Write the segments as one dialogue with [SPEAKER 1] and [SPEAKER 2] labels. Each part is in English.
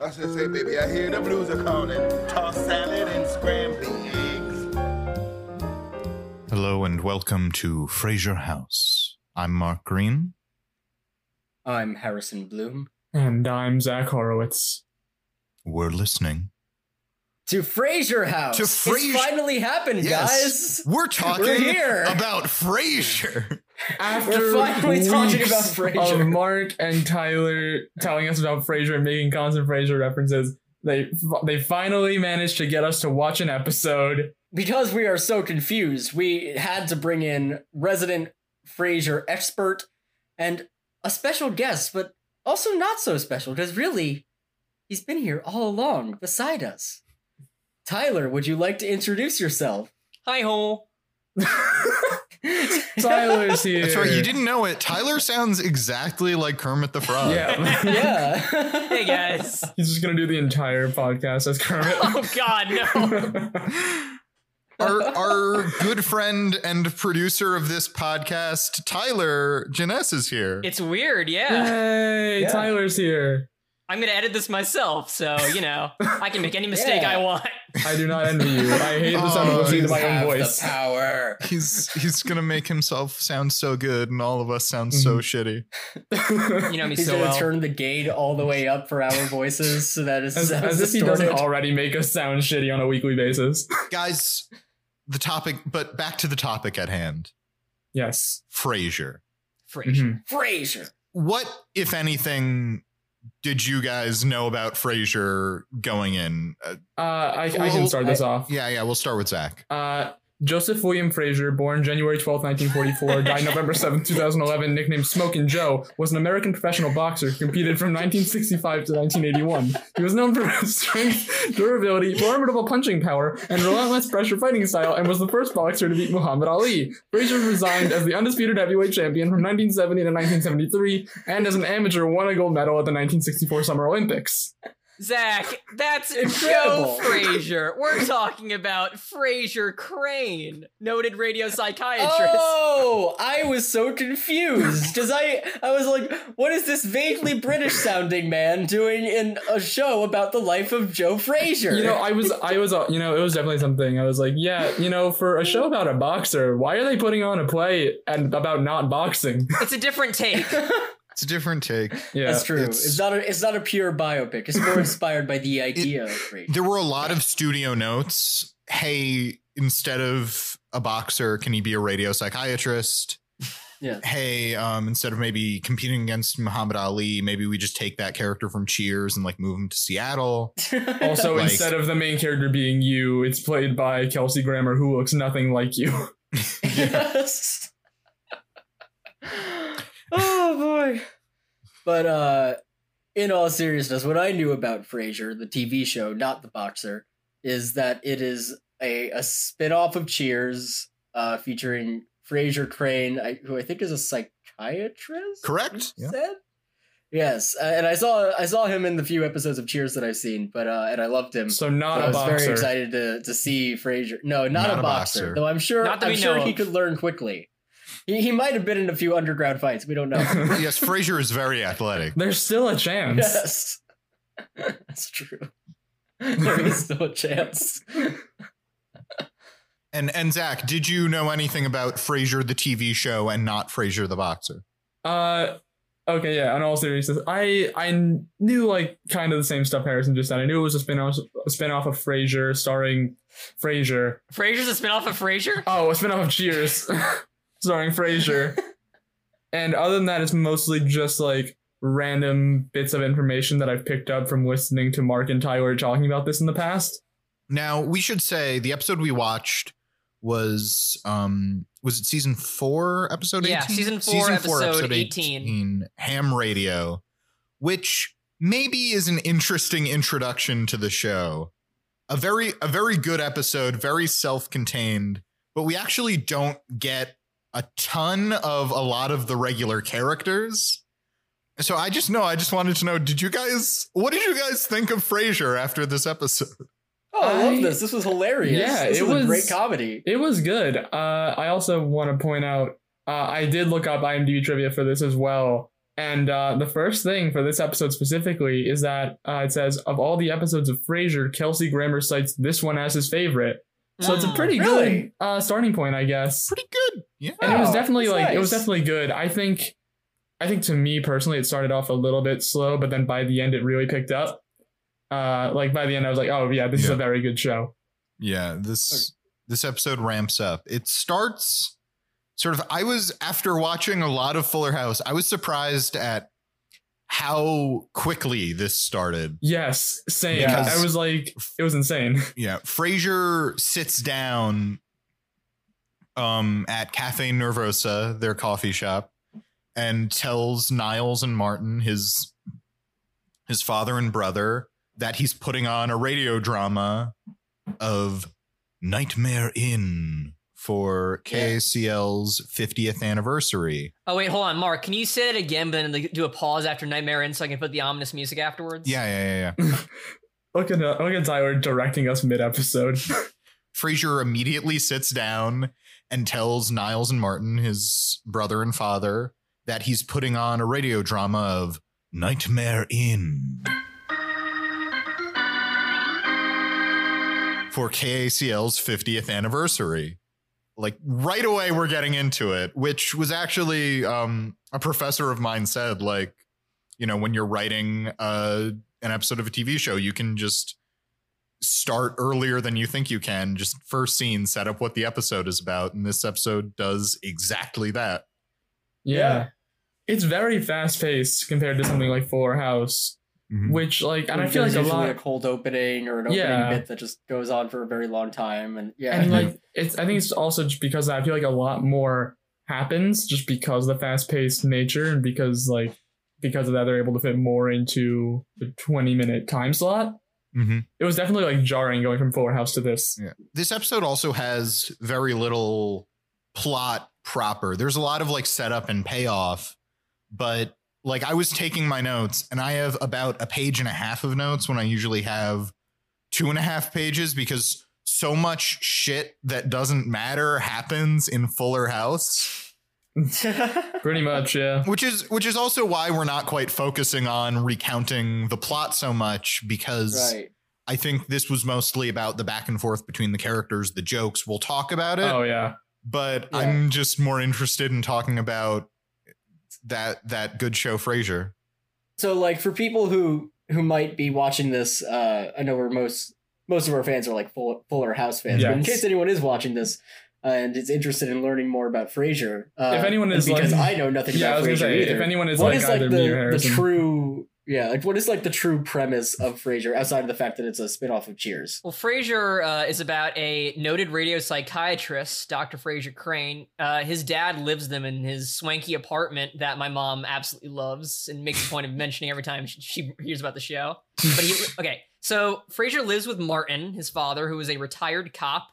[SPEAKER 1] I said, say, baby, I hear the blues are calling. Toss salad and scrambled eggs.
[SPEAKER 2] Hello and welcome to Fraser House. I'm Mark Green.
[SPEAKER 3] I'm Harrison Bloom.
[SPEAKER 4] And I'm Zach Horowitz.
[SPEAKER 2] We're listening.
[SPEAKER 3] To Fraser House.
[SPEAKER 2] To
[SPEAKER 3] It's
[SPEAKER 2] Frasier-
[SPEAKER 3] finally happened, guys.
[SPEAKER 2] we're talking
[SPEAKER 3] We're here.
[SPEAKER 2] about Frasier.
[SPEAKER 4] After
[SPEAKER 3] finally talking
[SPEAKER 4] weeks
[SPEAKER 3] about Frasier.
[SPEAKER 4] Of Mark and Tyler telling us about Frasier and making constant Frasier references, they they finally managed to get us to watch an episode.
[SPEAKER 3] Because we are so confused, we had to bring in resident Fraser expert and a special guest, but also not so special because really, he's been here all along beside us. Tyler, would you like to introduce yourself? Hi, hole.
[SPEAKER 4] Tyler's here.
[SPEAKER 2] That's right. You didn't know it. Tyler sounds exactly like Kermit the Frog.
[SPEAKER 4] Yeah.
[SPEAKER 3] Yeah.
[SPEAKER 5] Hey guys.
[SPEAKER 4] He's just gonna do the entire podcast as
[SPEAKER 5] Oh god, no.
[SPEAKER 4] Kermit.
[SPEAKER 2] Our, our good friend and producer of this podcast, Tyler Janess, is here.
[SPEAKER 5] It's weird, yeah.
[SPEAKER 4] Hey,
[SPEAKER 3] Yeah.
[SPEAKER 4] Tyler's here.
[SPEAKER 5] I'm gonna edit this myself, so you know, I can make any mistake
[SPEAKER 3] Yeah.
[SPEAKER 5] I want.
[SPEAKER 4] I do not envy you. I hate the sound
[SPEAKER 2] Oh,
[SPEAKER 4] of listening to
[SPEAKER 2] you
[SPEAKER 4] my own
[SPEAKER 3] Have
[SPEAKER 4] voice.
[SPEAKER 3] The power.
[SPEAKER 2] he's he's gonna make himself sound so good, and all of us sound so
[SPEAKER 3] Mm-hmm.
[SPEAKER 2] shitty.
[SPEAKER 5] You know me
[SPEAKER 3] He's
[SPEAKER 5] so
[SPEAKER 3] gonna
[SPEAKER 5] well.
[SPEAKER 3] turn the gain all the way up for our voices so that it's
[SPEAKER 4] As,
[SPEAKER 3] sounds
[SPEAKER 4] as if he doesn't
[SPEAKER 3] distorted.
[SPEAKER 4] already make us sound shitty on a weekly basis.
[SPEAKER 2] Guys, the topic. But back to the topic at hand.
[SPEAKER 4] Yes.
[SPEAKER 2] Frasier.
[SPEAKER 3] Mm-hmm.
[SPEAKER 5] Frasier.
[SPEAKER 4] Mhm.
[SPEAKER 3] Frasier.
[SPEAKER 2] What, if anything, did you guys know about Frasier going in? Uh,
[SPEAKER 4] Uh, I, I can start this off.
[SPEAKER 2] yeah, yeah. We'll start with Zach.
[SPEAKER 4] Uh, Joseph William Fraser, born January 12, 1944, died November 7, 2011, nicknamed Smokin' Joe, was an American professional boxer who competed from 1965 to 1981. He was known for his strength, durability, formidable punching power, and relentless pressure fighting style, and was the first boxer to beat Muhammad Ali. Fraser resigned as the undisputed heavyweight champion from 1970 to 1973, and as an amateur won a gold medal at the 1964 Summer Olympics.
[SPEAKER 5] Zach, that's
[SPEAKER 3] Incredible.
[SPEAKER 5] Joe Frazier. We're talking about Frazier Crane, noted radio psychiatrist.
[SPEAKER 3] Oh, I was so confused. Cause I, I was like, what is this vaguely British sounding man doing in a show about the life of Joe Frazier?
[SPEAKER 4] You know, I was, I was, uh, you know, it was definitely something. I was like, yeah, you know, for a show about a boxer, why are they putting on a play and about not boxing?
[SPEAKER 5] It's a different take.
[SPEAKER 2] It's a different take.
[SPEAKER 4] Yeah,
[SPEAKER 3] that's true. It's,
[SPEAKER 2] it's-
[SPEAKER 3] not a, it's not a pure biopic. It's more inspired by the idea of Frazier.
[SPEAKER 2] There were a lot of studio notes. Hey, instead of a boxer, can he be a radio psychiatrist?
[SPEAKER 3] Yeah.
[SPEAKER 2] Hey, um, instead of maybe competing against Muhammad Ali, maybe we just take that character from Cheers and like move him to Seattle.
[SPEAKER 4] Also,
[SPEAKER 2] Like-
[SPEAKER 4] instead of the main character being you, it's played by Kelsey Grammer, who looks nothing like you.
[SPEAKER 3] yes. oh boy. But uh in all seriousness, what I knew about Frasier, the TV show, not the boxer, is that it is a, a spin-off of Cheers, uh featuring Frasier Crane, I, who I think is a psychiatrist.
[SPEAKER 2] Correct?
[SPEAKER 3] you
[SPEAKER 2] Yeah.
[SPEAKER 3] said? Yes, uh, and I saw I saw him in the few episodes of Cheers that I've seen, but uh, and I loved him.
[SPEAKER 4] So not
[SPEAKER 3] I
[SPEAKER 4] a
[SPEAKER 3] was very
[SPEAKER 4] boxer.
[SPEAKER 3] excited to, to see Frazier. No, not, a, boxer, Though I'm sure
[SPEAKER 5] Not that
[SPEAKER 3] I'm
[SPEAKER 5] we
[SPEAKER 3] sure
[SPEAKER 5] know
[SPEAKER 3] he
[SPEAKER 5] of.
[SPEAKER 3] could learn quickly. He, he might have been in a few underground fights. We don't know.
[SPEAKER 2] yes, Frasier is very athletic.
[SPEAKER 4] There's still a chance.
[SPEAKER 3] yes, that's true. there is still a chance.
[SPEAKER 2] And and Zach, did you know anything about Frasier the TV show and not Frasier the boxer?
[SPEAKER 4] Uh, okay, yeah. In all seriousness, I I knew like kind of the same stuff Harrison just said. I knew it was a spin off a spin off of Frasier, starring Frasier.
[SPEAKER 5] Frazier's a spinoff of Frasier?
[SPEAKER 4] Oh, a spinoff of Cheers, starring Frasier. and other than that, it's mostly just like random bits of information that I've picked up from listening to Mark and Tyler talking about this in the past.
[SPEAKER 2] Now we should say the episode we watched was um was it season four episode
[SPEAKER 5] Yeah,
[SPEAKER 2] 18?
[SPEAKER 5] season four, episode 18.
[SPEAKER 2] ham radio which maybe is an interesting introduction to the show a very a very good episode very self-contained but we actually don't get a ton of a lot of the regular characters so I just know I just wanted to know did you guys what did you guys think of Frasier after this episode
[SPEAKER 3] Oh, I,
[SPEAKER 4] I-
[SPEAKER 3] love this. This was hilarious.
[SPEAKER 4] Yeah,
[SPEAKER 3] this
[SPEAKER 4] it
[SPEAKER 3] was a great
[SPEAKER 4] was-
[SPEAKER 3] comedy.
[SPEAKER 4] It was good. Uh, I also want to point out uh, I did look up IMDb trivia for this as well. And uh, the first thing for this episode specifically is that uh, it says of all the episodes of Frasier, Kelsey Grammer cites this one as his favorite. So it's a
[SPEAKER 5] Mm.
[SPEAKER 4] pretty
[SPEAKER 3] Really?
[SPEAKER 4] good uh, starting point, I guess.
[SPEAKER 2] Pretty good. Yeah.
[SPEAKER 4] And it was
[SPEAKER 3] Wow,
[SPEAKER 4] definitely
[SPEAKER 3] that's
[SPEAKER 4] like it was
[SPEAKER 3] nice.
[SPEAKER 4] definitely good. I think, I think to me personally, it started off a little bit slow, but then by the end, it really picked up. Uh, like by the end, I was like, oh yeah, this is
[SPEAKER 2] Yeah.
[SPEAKER 4] a very good show.
[SPEAKER 2] Yeah, this this episode ramps up. It starts sort of I was after watching a lot of Fuller House, I was surprised at how quickly this started.
[SPEAKER 4] Yes, same.
[SPEAKER 2] Because-
[SPEAKER 4] I was like, it was insane.
[SPEAKER 2] Yeah, Frasier sits down um at Cafe Nervosa, their coffee shop, and tells Niles and Martin, his his father and brother, that he's putting on a radio drama of Nightmare Inn for KCL's 50th anniversary.
[SPEAKER 5] Oh wait, hold on, Mark. Can you say that again, but then like, do a pause after Nightmare Inn so I can put the ominous music afterwards?
[SPEAKER 2] Yeah, yeah, yeah, yeah.
[SPEAKER 4] Look at look at Tyler directing us mid episode.
[SPEAKER 2] Frasier immediately sits down and tells Niles and Martin, his brother and father, that he's putting on a radio drama of Nightmare Inn. For KACL's 50th anniversary. Like right away, we're getting into it, which was actually um, a professor of mine said, like, you know, when you're writing uh, an episode of a TV show, you can just start earlier than you think you can. Just first scene, set up what the episode is about. And this episode does exactly that.
[SPEAKER 4] Yeah.
[SPEAKER 3] Yeah.
[SPEAKER 4] It's very fast paced compared to something like Fuller House, which like and I feel like
[SPEAKER 3] there's
[SPEAKER 4] a
[SPEAKER 3] usually
[SPEAKER 4] lot
[SPEAKER 3] a cold opening or an opening
[SPEAKER 4] Yeah.
[SPEAKER 3] bit that just goes on for a very long time, and yeah,
[SPEAKER 4] and like it's I think it's also just because I feel like a lot more happens just because of the fast paced nature and because like because of that they're able to fit more into the 20 minute time slot.
[SPEAKER 2] Mm-hmm.
[SPEAKER 4] It was definitely like jarring going from Fuller House to this.
[SPEAKER 2] This episode also has very little plot proper. There's a lot of like setup and payoff, but like I was taking my notes and I have about a page and a half of notes when I usually have two and a half pages because so much shit that doesn't matter happens in Fuller House.
[SPEAKER 4] Pretty much, yeah.
[SPEAKER 2] which is which is also why we're not quite focusing on recounting the plot so much because
[SPEAKER 3] right.
[SPEAKER 2] i think this was mostly about the back and forth between the characters the jokes we'll talk about it
[SPEAKER 4] Oh yeah.
[SPEAKER 2] but
[SPEAKER 3] Yeah.
[SPEAKER 2] i'm just more interested in talking about that that good show frasier
[SPEAKER 3] So like for people who who might be watching this, uh, I know we're most most of our fans are like Fuller, Fuller House fans. But in
[SPEAKER 4] Yes.
[SPEAKER 3] case anyone is watching this uh, and is interested in learning more about Frasier, uh,
[SPEAKER 4] If anyone
[SPEAKER 3] and
[SPEAKER 4] is, like-
[SPEAKER 3] because I know nothing
[SPEAKER 4] Yeah, I
[SPEAKER 3] about
[SPEAKER 4] was gonna
[SPEAKER 3] Frasier
[SPEAKER 4] say
[SPEAKER 3] either.
[SPEAKER 4] if anyone is
[SPEAKER 3] what
[SPEAKER 4] like
[SPEAKER 3] is
[SPEAKER 4] either
[SPEAKER 3] like the,
[SPEAKER 4] me or
[SPEAKER 3] the
[SPEAKER 4] Harrison.
[SPEAKER 3] true yeah like what is like the true premise of Frasier outside of the fact that it's a spin-off of Cheers?
[SPEAKER 5] Well, Frasier uh, is about a noted radio psychiatrist, Dr. Frasier Crane. Uh, his dad lives them in his swanky apartment that my mom absolutely loves and makes a point of mentioning every time she, she hears about the show. But he, okay, so Frasier lives with Martin, his father, who is a retired cop,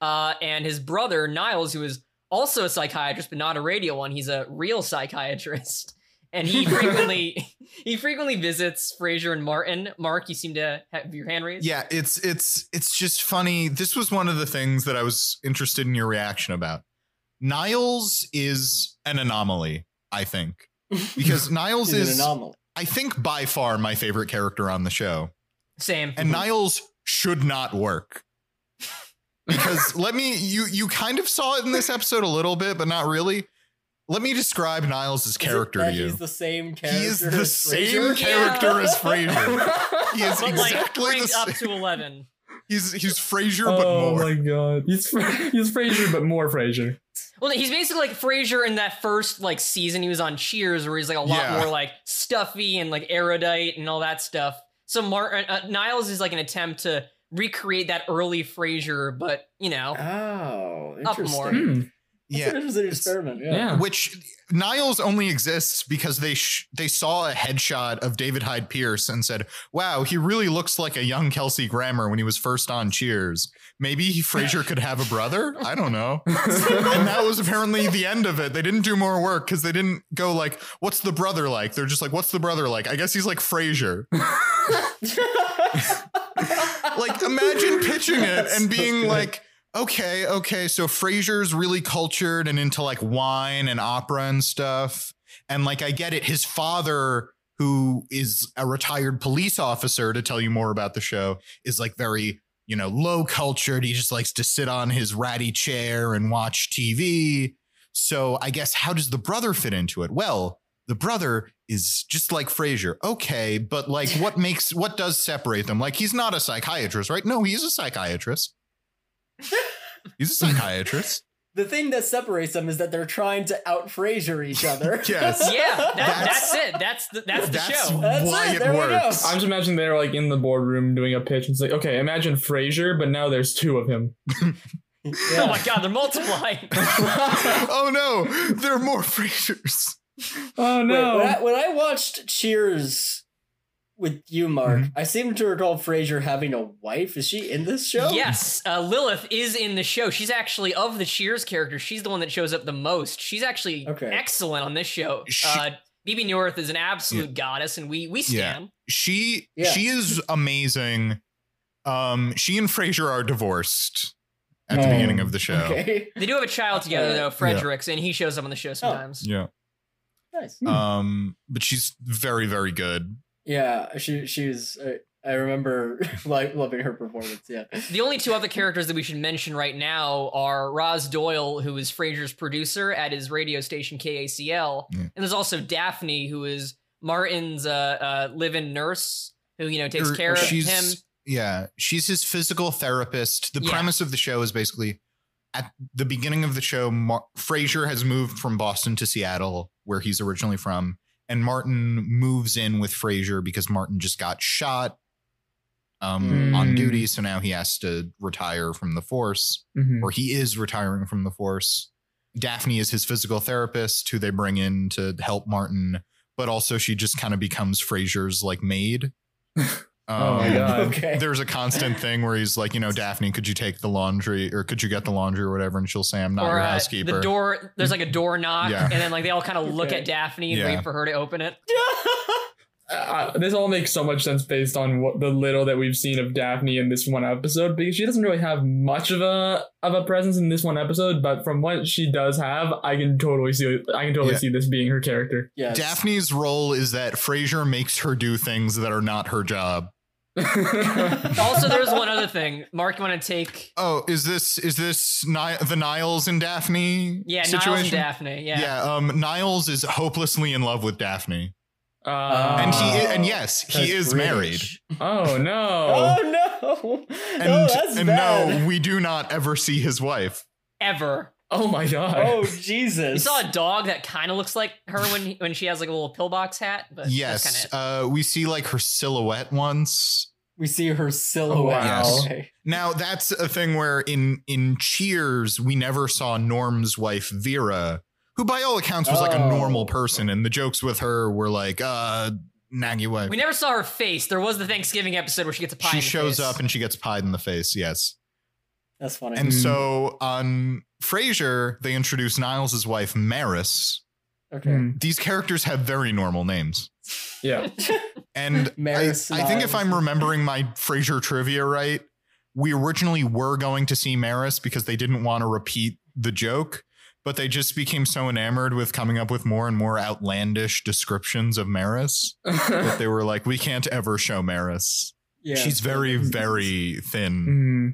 [SPEAKER 5] uh, and his brother Niles, who is also a psychiatrist but not a radio one. He's a real psychiatrist, and he frequently he frequently visits Frasier and Martin. Mark, you seem to have your hand raised.
[SPEAKER 2] yeah it's it's it's just funny this was one of the things that i was interested in your reaction about niles is an anomaly i think because niles
[SPEAKER 3] Is it an
[SPEAKER 2] is
[SPEAKER 3] anomaly?
[SPEAKER 2] I think by far my favorite character on the show.
[SPEAKER 5] Same.
[SPEAKER 2] And Niles should not work. Because let me you you kind of saw it in this episode a little bit, but not really. Let me describe Niles'
[SPEAKER 3] Is it
[SPEAKER 2] character
[SPEAKER 3] that
[SPEAKER 2] to you.
[SPEAKER 3] He's the same character.
[SPEAKER 2] He is the
[SPEAKER 3] as
[SPEAKER 2] same
[SPEAKER 3] Frasier?
[SPEAKER 2] character as Frasier. He is
[SPEAKER 5] but like
[SPEAKER 2] exactly the
[SPEAKER 5] cranked up
[SPEAKER 2] same.
[SPEAKER 5] to eleven.
[SPEAKER 2] He's he's Frasier, but
[SPEAKER 4] Oh
[SPEAKER 2] more.
[SPEAKER 4] my god. He's Fra- he's Frasier but more Frasier.
[SPEAKER 5] Well, he's basically like Frasier in that first like season he was on Cheers, where he's like a lot
[SPEAKER 2] Yeah.
[SPEAKER 5] more like stuffy and like erudite and all that stuff. So Martin uh, Niles is like an attempt to recreate that early Frasier, but you know,
[SPEAKER 3] Oh,
[SPEAKER 5] Up more.
[SPEAKER 3] interesting.
[SPEAKER 4] Hmm.
[SPEAKER 3] That's an
[SPEAKER 2] yeah.
[SPEAKER 3] interesting
[SPEAKER 2] It's-
[SPEAKER 3] experiment. Yeah.
[SPEAKER 4] Yeah.
[SPEAKER 2] Which Niles only exists because they sh- they saw a headshot of David Hyde Pierce and said, "Wow, he really looks like a young Kelsey Grammer when he was first on Cheers. Maybe Frasier could have a brother. I don't know." and that was apparently the end of it. They didn't do more work because they didn't go like, "What's the brother like?" They're just like, "What's the brother like?" I guess he's like Frasier. Like, imagine pitching it
[SPEAKER 4] That's so
[SPEAKER 2] and being
[SPEAKER 4] good.
[SPEAKER 2] like. Okay, okay. So Frasier's really cultured and into like wine and opera and stuff. And like, I get it. His father, who is a retired police officer, to tell you more about the show, is like very, you know, low cultured. He just likes to sit on his ratty chair and watch TV. So I guess how does the brother fit into it? Well, the brother is just like Frasier. Okay, but like what makes what does separate them? Like he's not a psychiatrist, right? No, he's a psychiatrist. he's a psychiatrist.
[SPEAKER 3] The thing that separates them is that they're trying to out Frasier each other.
[SPEAKER 2] Yes.
[SPEAKER 5] Yeah, that,
[SPEAKER 2] That's-
[SPEAKER 5] that's, it. That's the, that's the
[SPEAKER 2] That's
[SPEAKER 5] show.
[SPEAKER 3] That's
[SPEAKER 2] why
[SPEAKER 3] it,
[SPEAKER 2] it,
[SPEAKER 3] there we go.
[SPEAKER 2] works.
[SPEAKER 4] I'm just imagining they're like in the boardroom doing a pitch and it's like, okay, imagine Frasier, but now there's two of him.
[SPEAKER 5] Oh my god, they're multiplying.
[SPEAKER 2] oh no, there are more Frasiers.
[SPEAKER 4] Oh
[SPEAKER 3] Wait,
[SPEAKER 4] no.
[SPEAKER 3] when, I, when I watched Cheers with you, Mark,
[SPEAKER 2] Mm-hmm.
[SPEAKER 3] I seem to recall Frasier having a wife. Is she in this show?
[SPEAKER 5] Yes, uh, Lilith is in the show. She's actually of the Cheers characters. She's the one that shows up the most. She's actually
[SPEAKER 3] Okay.
[SPEAKER 5] excellent on this show.
[SPEAKER 2] She-
[SPEAKER 5] uh, BB Newirth is an absolute goddess, and we we
[SPEAKER 2] Yeah.
[SPEAKER 5] stand.
[SPEAKER 2] She
[SPEAKER 3] Yeah.
[SPEAKER 2] she is amazing. Um, she and Frasier are divorced at the
[SPEAKER 4] Oh,
[SPEAKER 2] beginning of the show.
[SPEAKER 3] Okay. Oh.
[SPEAKER 5] They do have a child together
[SPEAKER 3] Uh,
[SPEAKER 5] though, Fredericks, and he shows up on the show sometimes.
[SPEAKER 2] Yeah.
[SPEAKER 3] Nice.
[SPEAKER 2] Um, but she's very, very good.
[SPEAKER 3] Yeah, she she was. Uh, I remember like loving her performance. Yeah.
[SPEAKER 5] The only two other characters that we should mention right now are Roz Doyle, who is Frasier's producer at his radio station KACL,
[SPEAKER 2] Yeah.
[SPEAKER 5] and there's also Daphne, who is Martin's uh, uh, live-in nurse, who you know takes
[SPEAKER 2] Or-
[SPEAKER 5] care of
[SPEAKER 2] she's-
[SPEAKER 5] him.
[SPEAKER 2] Yeah, she's his physical therapist. The
[SPEAKER 5] Yeah.
[SPEAKER 2] premise of the show is basically at the beginning of the show, Mar- Frasier has moved from Boston to Seattle, where he's originally from, and Martin moves in with Frasier because Martin just got shot um,
[SPEAKER 4] Hmm.
[SPEAKER 2] on duty, so now he has to retire from the force,
[SPEAKER 4] Mhm.
[SPEAKER 2] or he is retiring from the force. Daphne is his physical therapist, who they bring in to help Martin, but also she just kind of becomes Frasier's like maid.
[SPEAKER 4] Oh my
[SPEAKER 2] Um,
[SPEAKER 4] God.
[SPEAKER 3] okay.
[SPEAKER 2] there's a constant thing where he's like, you know, Daphne, could you take the laundry or could you get the laundry or whatever? And she'll say, I'm not
[SPEAKER 5] or
[SPEAKER 2] your
[SPEAKER 5] uh,
[SPEAKER 2] housekeeper.
[SPEAKER 5] the door there's like a door knock
[SPEAKER 2] Yeah.
[SPEAKER 5] and then like they all kind of look
[SPEAKER 3] Okay.
[SPEAKER 5] at daphne and
[SPEAKER 2] Yeah.
[SPEAKER 5] wait for her to open it
[SPEAKER 4] Uh, this all makes so much sense based on what the little that we've seen of Daphne in this one episode because she doesn't really have much of a of a presence in this one episode but from what she does have I can totally see I can totally
[SPEAKER 2] Yeah.
[SPEAKER 4] see this being her character
[SPEAKER 3] yes.
[SPEAKER 2] Daphne's role is that Frasier makes her do things that are not her job.
[SPEAKER 4] Uh,
[SPEAKER 5] also there's one other thing mark you want to take
[SPEAKER 2] Oh, is this is this Ni- the Niles and Daphne
[SPEAKER 5] yeah
[SPEAKER 2] situation?
[SPEAKER 5] niles and daphne yeah,
[SPEAKER 2] um, Niles is hopelessly in love with Daphne,
[SPEAKER 4] Uh,
[SPEAKER 2] and he
[SPEAKER 3] Oh,
[SPEAKER 2] and yes, he
[SPEAKER 3] that's
[SPEAKER 2] is
[SPEAKER 3] British.
[SPEAKER 2] married.
[SPEAKER 4] oh
[SPEAKER 3] Oh,
[SPEAKER 4] no
[SPEAKER 3] no!
[SPEAKER 2] And,
[SPEAKER 3] oh, that's
[SPEAKER 2] and
[SPEAKER 3] bad.
[SPEAKER 2] no, we do not ever see his wife.
[SPEAKER 5] ever
[SPEAKER 4] oh my god
[SPEAKER 3] Oh
[SPEAKER 5] you
[SPEAKER 3] Jesus!
[SPEAKER 5] saw a dog that kind of looks like her when when she has like a little pillbox hat but that's
[SPEAKER 2] yes,
[SPEAKER 5] kinda
[SPEAKER 2] uh, we see like her silhouette once.
[SPEAKER 3] we see her silhouette.
[SPEAKER 2] Oh, Yes.
[SPEAKER 3] Okay.
[SPEAKER 2] Now that's a thing where in in Cheers we never saw Norm's wife Vera, who by all accounts was like a
[SPEAKER 3] Oh.
[SPEAKER 2] normal person, and the jokes with her were like, uh, naggy
[SPEAKER 5] it.
[SPEAKER 2] wife.
[SPEAKER 5] we never saw her face there was the thanksgiving episode where she gets a pie
[SPEAKER 2] She
[SPEAKER 5] in the
[SPEAKER 2] shows
[SPEAKER 5] face.
[SPEAKER 2] up and she gets pied in the face. Yes,
[SPEAKER 3] That's funny.
[SPEAKER 2] and
[SPEAKER 4] Mhm.
[SPEAKER 2] so on Frasier they introduce Niles' wife Maris. Oh.
[SPEAKER 3] okay.
[SPEAKER 4] Hmm.
[SPEAKER 2] These characters have very normal names,
[SPEAKER 4] yeah
[SPEAKER 2] and
[SPEAKER 3] Maris
[SPEAKER 2] I, I think if
[SPEAKER 3] Niles.
[SPEAKER 2] I'm remembering my Frasier trivia right, we originally were going to see Maris because they didn't want to repeat the joke, but they just became so enamored with coming up with more and more outlandish descriptions of Maris that they were like, we can't ever show Maris.
[SPEAKER 3] Yeah.
[SPEAKER 2] She's very, very thin
[SPEAKER 4] Hmm.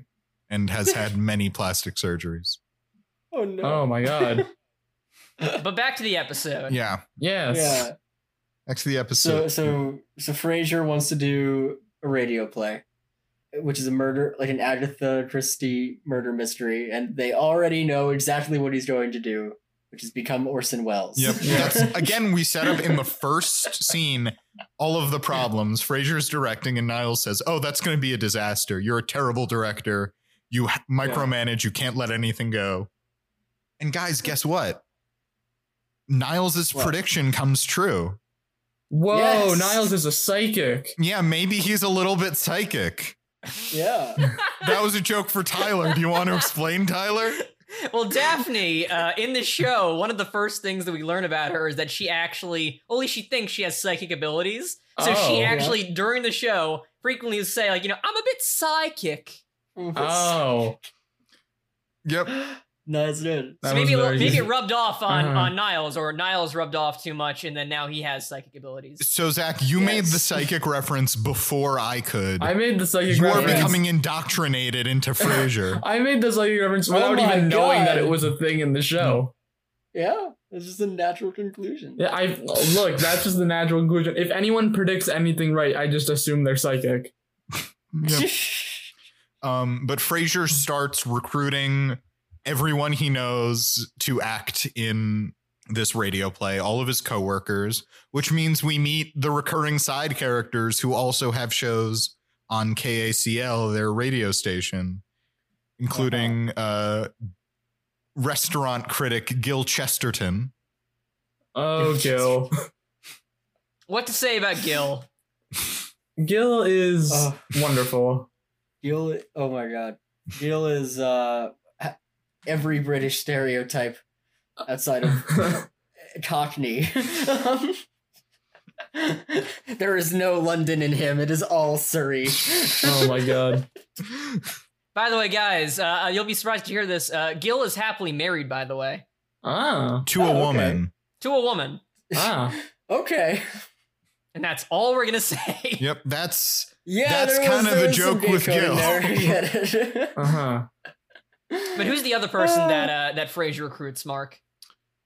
[SPEAKER 2] and has had many plastic surgeries.
[SPEAKER 3] Oh no!
[SPEAKER 4] oh my god
[SPEAKER 5] but back to the episode
[SPEAKER 2] Yeah.
[SPEAKER 4] yes
[SPEAKER 3] Yeah.
[SPEAKER 2] Back to the
[SPEAKER 3] So
[SPEAKER 2] episode.
[SPEAKER 3] so so Frasier wants to do a radio play, which is a murder like an Agatha Christie murder mystery, and they already know exactly what he's going to do, which is become Orson Welles.
[SPEAKER 2] Yep.
[SPEAKER 4] Yeah.
[SPEAKER 2] That's again we set up in the first scene all of the problems. Frasier's directing and Niles says, "Oh, that's going to be a disaster. You're a terrible director. You h- micromanage. You can't let anything go." And guys, guess what? Niles's
[SPEAKER 3] What?
[SPEAKER 2] prediction comes true.
[SPEAKER 4] whoa
[SPEAKER 3] Yes.
[SPEAKER 4] Niles is a psychic
[SPEAKER 2] Yeah, maybe he's a little bit psychic.
[SPEAKER 3] yeah.
[SPEAKER 2] That was a joke for Tyler. Do you want to explain, Tyler?
[SPEAKER 5] Well, Daphne, uh, in the show, one of the first things that we learn about her is that she actually, only she thinks she has psychic abilities. So
[SPEAKER 4] Oh.
[SPEAKER 5] she actually, during the show, frequently would say, like, you know, I'm a bit psychic.
[SPEAKER 4] oh
[SPEAKER 2] Yep.
[SPEAKER 3] No, it's good.
[SPEAKER 4] That
[SPEAKER 5] so
[SPEAKER 4] was
[SPEAKER 5] maybe, it-
[SPEAKER 4] very
[SPEAKER 5] maybe it
[SPEAKER 4] good.
[SPEAKER 5] rubbed off on,
[SPEAKER 4] Uh-huh.
[SPEAKER 5] on Niles, or Niles rubbed off too much, and then now he has psychic abilities.
[SPEAKER 2] So Zach, you made the
[SPEAKER 3] Yes.
[SPEAKER 2] psychic reference before I could.
[SPEAKER 4] I made the psychic
[SPEAKER 2] you are
[SPEAKER 4] reference.
[SPEAKER 2] becoming indoctrinated into Frasier.
[SPEAKER 4] I made the psychic reference
[SPEAKER 3] Oh
[SPEAKER 4] without
[SPEAKER 3] my
[SPEAKER 4] even knowing that
[SPEAKER 3] God.
[SPEAKER 4] it was a thing in the show.
[SPEAKER 3] Yeah, it's just a natural conclusion.
[SPEAKER 4] Yeah, I look. That's just the natural conclusion. If anyone predicts anything right, I just assume they're psychic.
[SPEAKER 2] Yeah. Um, but
[SPEAKER 3] Mm.
[SPEAKER 2] Frasier starts recruiting everyone he knows to act in this radio play, all of his coworkers, which means we meet the recurring side characters who also have shows on KACL, their radio station, including uh, restaurant critic Gil Chesterton.
[SPEAKER 4] Oh, Gil.
[SPEAKER 5] What to say about Gil?
[SPEAKER 4] Gil is
[SPEAKER 3] Oh.
[SPEAKER 4] wonderful.
[SPEAKER 3] Gil, oh my god, Gil is uh, every British stereotype outside of Cockney. Um, there is no London in him. It is all Surrey.
[SPEAKER 4] oh my god.
[SPEAKER 5] By the way, guys, uh, you'll be surprised to hear this. Uh, Gil is happily married, by the way,
[SPEAKER 4] Ah,
[SPEAKER 2] To
[SPEAKER 3] Oh,
[SPEAKER 2] a
[SPEAKER 3] okay.
[SPEAKER 2] woman.
[SPEAKER 5] to a woman,
[SPEAKER 4] ah.
[SPEAKER 3] okay.
[SPEAKER 5] and that's all we're gonna say.
[SPEAKER 2] Yep, that's
[SPEAKER 3] Yeah,
[SPEAKER 2] That's
[SPEAKER 3] there was-
[SPEAKER 2] kinda
[SPEAKER 3] there
[SPEAKER 2] the
[SPEAKER 3] was some
[SPEAKER 2] joke with
[SPEAKER 3] gay
[SPEAKER 2] Gil.
[SPEAKER 3] code in there. I get it.
[SPEAKER 4] Uh huh.
[SPEAKER 5] But who's the other person
[SPEAKER 3] Uh.
[SPEAKER 5] that uh, that Fraser recruits? Mark,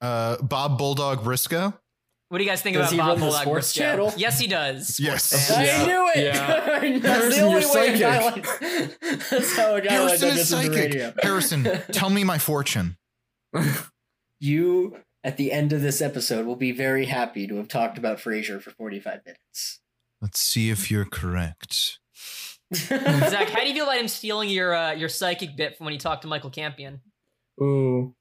[SPEAKER 2] uh, Bob Bulldog Briscoe.
[SPEAKER 5] what do you guys think
[SPEAKER 3] Does
[SPEAKER 5] about
[SPEAKER 3] he
[SPEAKER 5] Bob
[SPEAKER 3] run the
[SPEAKER 5] Bullock
[SPEAKER 3] sports
[SPEAKER 5] Briscoe?
[SPEAKER 3] channel?
[SPEAKER 5] Yes, he does.
[SPEAKER 2] Yes.
[SPEAKER 3] I
[SPEAKER 4] Yeah,
[SPEAKER 3] knew it.
[SPEAKER 4] yeah.
[SPEAKER 3] That's the
[SPEAKER 4] Harrison,
[SPEAKER 3] only
[SPEAKER 4] you're
[SPEAKER 3] way a guy
[SPEAKER 4] psychic.
[SPEAKER 3] like that's how a guy like
[SPEAKER 2] Harrison
[SPEAKER 3] that
[SPEAKER 2] is
[SPEAKER 3] gets into radio.
[SPEAKER 2] psychic. Harrison, tell me my fortune.
[SPEAKER 3] You at the end of this episode will be very happy to have talked about Frasier for 45 minutes.
[SPEAKER 2] Let's see if you're correct.
[SPEAKER 5] Zach, how do you feel about him stealing your uh, your psychic bit from when he talked to Michael Campion?
[SPEAKER 4] Ooh.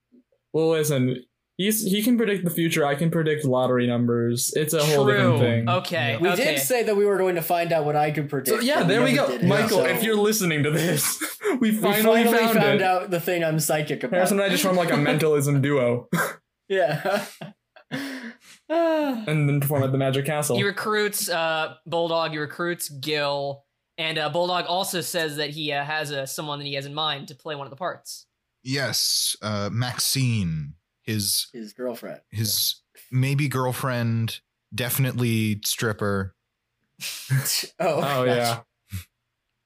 [SPEAKER 4] Well, listen. He's he can predict the future. I can predict lottery numbers. It's a whole different thing.
[SPEAKER 5] Okay.
[SPEAKER 3] we
[SPEAKER 5] okay.
[SPEAKER 3] did say that we were going to find out what I could predict.
[SPEAKER 4] Oh, So yeah,
[SPEAKER 3] but we
[SPEAKER 4] there we
[SPEAKER 3] never
[SPEAKER 4] go,
[SPEAKER 3] did it,
[SPEAKER 4] Michael.
[SPEAKER 3] so-
[SPEAKER 4] If you're listening to this,
[SPEAKER 3] we
[SPEAKER 4] we finally, found, it.
[SPEAKER 3] out the thing I'm psychic about.
[SPEAKER 4] Harrison and I just formed like a mentalism duo,
[SPEAKER 3] yeah. Ah.
[SPEAKER 4] and then perform at the Magic Castle.
[SPEAKER 5] He recruits uh, Bulldog. He recruits Gil, and uh, Bulldog also says that he uh, has uh, someone that he has in mind to play one of the parts.
[SPEAKER 2] Yes, uh, Maxine, his
[SPEAKER 3] His girlfriend.
[SPEAKER 2] his maybe girlfriend, definitely stripper.
[SPEAKER 3] Oh,
[SPEAKER 4] oh
[SPEAKER 3] gosh.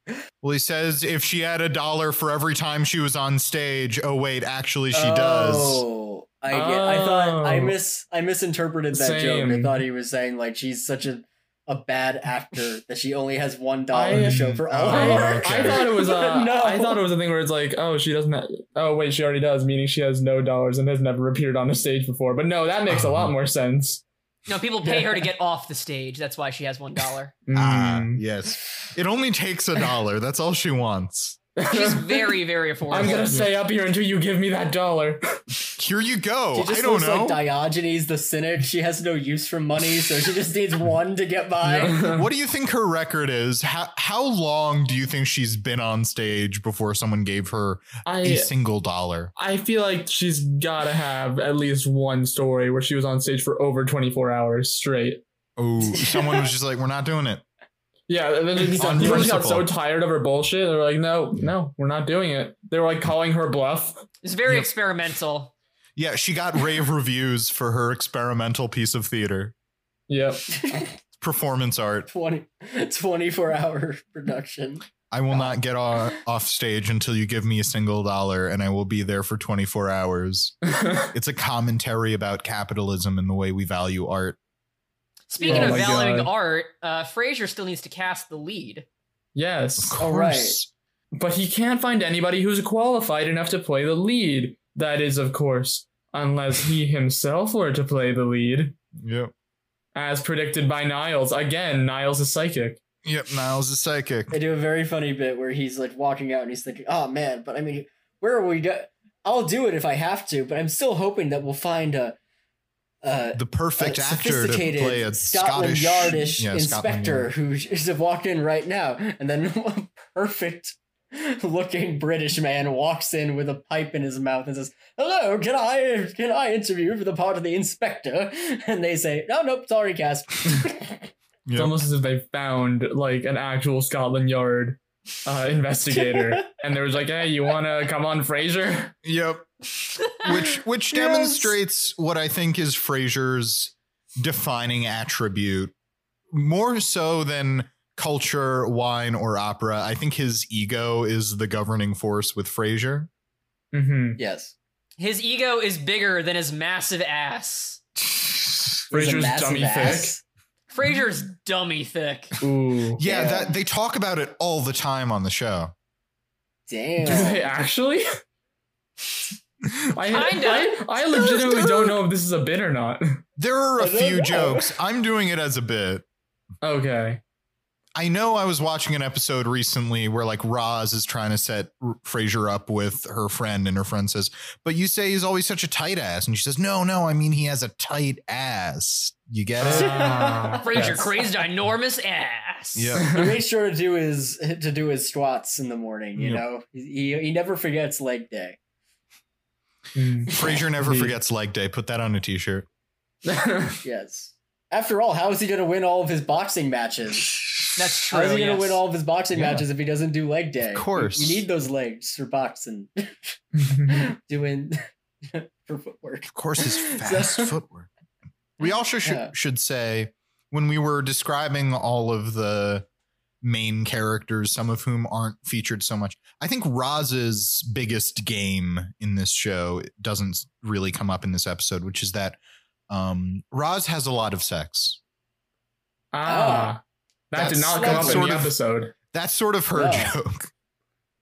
[SPEAKER 4] yeah.
[SPEAKER 2] Well, he says if she had a dollar for every time she was on stage. Oh wait, actually she does.
[SPEAKER 3] Oh, I get, I thought I mis I misinterpreted that joke. I
[SPEAKER 4] Oh. Same.
[SPEAKER 3] thought he was saying like she's such a a bad actor that she only has one dollar
[SPEAKER 4] I-
[SPEAKER 3] to show for
[SPEAKER 2] Oh,
[SPEAKER 3] all of her.
[SPEAKER 4] I,
[SPEAKER 2] okay.
[SPEAKER 4] I thought it was. Uh,
[SPEAKER 3] But no.
[SPEAKER 4] I thought it was a thing where it's like, oh, she doesn't. Ha- oh wait, she already does, meaning she has no dollars and has never appeared on a stage before. But no, that makes a
[SPEAKER 2] Uh-huh.
[SPEAKER 4] lot more sense.
[SPEAKER 5] No, people pay her to get off the stage. That's why she has one dollar.
[SPEAKER 2] Ah,
[SPEAKER 4] Mm.
[SPEAKER 2] yes. It only takes a dollar. That's all she wants.
[SPEAKER 5] She's very, very affordable.
[SPEAKER 4] I'm gonna stay up here until you give me that dollar.
[SPEAKER 2] Here you go.
[SPEAKER 3] She just
[SPEAKER 2] Oh, I don't
[SPEAKER 3] looks
[SPEAKER 2] know.
[SPEAKER 3] like Diogenes the cynic. She has no use for money, so she just needs one to get by.
[SPEAKER 2] what do you think her record is? How how long do you think she's been on stage before someone gave her a
[SPEAKER 4] I
[SPEAKER 2] single dollar?
[SPEAKER 4] I feel like she's gotta have at least one story where she was on stage for over 24 hours straight.
[SPEAKER 2] Oh, someone was just like, "We're not doing it."
[SPEAKER 4] Yeah, and then they just,
[SPEAKER 2] On
[SPEAKER 4] people just got
[SPEAKER 2] principle.
[SPEAKER 4] so tired of her bullshit. They're like, no, no, we're not doing it. They were like calling her bluff.
[SPEAKER 5] It's very
[SPEAKER 2] Yep.
[SPEAKER 5] experimental.
[SPEAKER 2] Yeah, she got rave reviews for her experimental piece of theater,
[SPEAKER 4] Yep.
[SPEAKER 2] performance art.
[SPEAKER 3] 20, 24 hour production.
[SPEAKER 2] I will not get o- off stage until you give me a single dollar, and I will be there for 24 hours. It's a commentary about capitalism and the way we value art.
[SPEAKER 5] Speaking
[SPEAKER 4] Oh
[SPEAKER 5] of
[SPEAKER 4] my
[SPEAKER 5] valuing
[SPEAKER 4] God.
[SPEAKER 5] art, uh, Fraser still needs to cast the lead.
[SPEAKER 4] yes.
[SPEAKER 3] Oh, right.
[SPEAKER 2] course.
[SPEAKER 4] But he can't find anybody who's qualified enough to play the lead. That is, of course, unless he himself were to play the lead,
[SPEAKER 2] Yep.
[SPEAKER 4] as predicted by Niles. Again, Niles is psychic.
[SPEAKER 2] Yep. Niles is psychic.
[SPEAKER 3] They do a very funny bit where he's like walking out and he's thinking, "Oh man, but I mean, where are we go? I'll do it if I have to, but I'm still hoping that we'll find a, a,
[SPEAKER 2] The
[SPEAKER 3] a
[SPEAKER 2] perfect actor to
[SPEAKER 3] sophisticated
[SPEAKER 2] play a
[SPEAKER 3] Scotland
[SPEAKER 2] Scottish
[SPEAKER 3] Yardish
[SPEAKER 2] Yeah, Scotland
[SPEAKER 3] inspector
[SPEAKER 2] Yard.
[SPEAKER 3] who should have walked in right now, and then a perfect." Looking British man walks in with a pipe in his mouth and says, "Hello, can I can I interview for the part of the inspector?" And they say, "No, nope, sorry, cast."
[SPEAKER 2] Yep.
[SPEAKER 4] It's almost as if they found like an actual Scotland Yard uh, investigator, and they was like, "Hey, you want to come on, Fraser?"
[SPEAKER 2] Yep. which which
[SPEAKER 4] Yes.
[SPEAKER 2] demonstrates what I think is Frasier's defining attribute more so than culture, wine, or opera. I think his ego is the governing force with Frasier.
[SPEAKER 4] Mm-hmm.
[SPEAKER 3] Yes.
[SPEAKER 5] His ego is bigger than his massive ass.
[SPEAKER 3] He's a
[SPEAKER 4] Frasier's
[SPEAKER 3] massive
[SPEAKER 4] dummy thick.
[SPEAKER 3] ass.
[SPEAKER 5] Frasier's dummy thick.
[SPEAKER 2] Yeah,
[SPEAKER 4] Ooh.
[SPEAKER 3] Yeah.
[SPEAKER 2] That, they talk about it all the time on the show.
[SPEAKER 4] Do
[SPEAKER 3] Damn.
[SPEAKER 4] they actually? I,
[SPEAKER 5] Kinda.
[SPEAKER 4] I, I legitimately don't know if this is a bit or not.
[SPEAKER 2] There are a
[SPEAKER 3] I don't
[SPEAKER 2] few
[SPEAKER 3] know.
[SPEAKER 2] jokes. I'm doing it as a bit.
[SPEAKER 4] Okay.
[SPEAKER 2] I know I was watching an episode recently where like Roz is trying to set R- Frasier up with her friend, and her friend says, "But you say he's always such a tight ass," and she says, "No, no, I mean he has a tight ass. You get it?
[SPEAKER 4] Ah,
[SPEAKER 5] Frasier
[SPEAKER 4] yes.
[SPEAKER 5] crazed enormous ass.
[SPEAKER 2] yeah,
[SPEAKER 3] he makes sure to do his to do his squats in the morning. You
[SPEAKER 2] Yep.
[SPEAKER 3] know, he he never forgets leg day.
[SPEAKER 4] Mm.
[SPEAKER 2] Frasier never
[SPEAKER 4] Indeed.
[SPEAKER 2] forgets leg day. Put that on a t-shirt.
[SPEAKER 3] Yes. After all, how is he going to win all of his boxing matches?
[SPEAKER 5] That's true.
[SPEAKER 3] How is he going to
[SPEAKER 5] yes.
[SPEAKER 3] win all of his boxing
[SPEAKER 4] Yeah.
[SPEAKER 3] matches if he doesn't do leg day?
[SPEAKER 2] Of course.
[SPEAKER 3] you need those legs for boxing,
[SPEAKER 2] Mm.
[SPEAKER 3] doing for footwork.
[SPEAKER 2] Of course, his
[SPEAKER 3] So-
[SPEAKER 2] fast footwork. We also should
[SPEAKER 3] Yeah.
[SPEAKER 2] should say when we were describing all of the main characters, some of whom aren't featured so much. I think Roz's biggest game in this show doesn't really come up in this episode, which is that um, Roz has a lot of sex.
[SPEAKER 4] ah. That did
[SPEAKER 2] That's-
[SPEAKER 4] not
[SPEAKER 2] that's
[SPEAKER 4] come up in
[SPEAKER 2] sort
[SPEAKER 4] the
[SPEAKER 2] of-
[SPEAKER 4] episode.
[SPEAKER 2] That's sort of her
[SPEAKER 3] Yeah.
[SPEAKER 2] joke.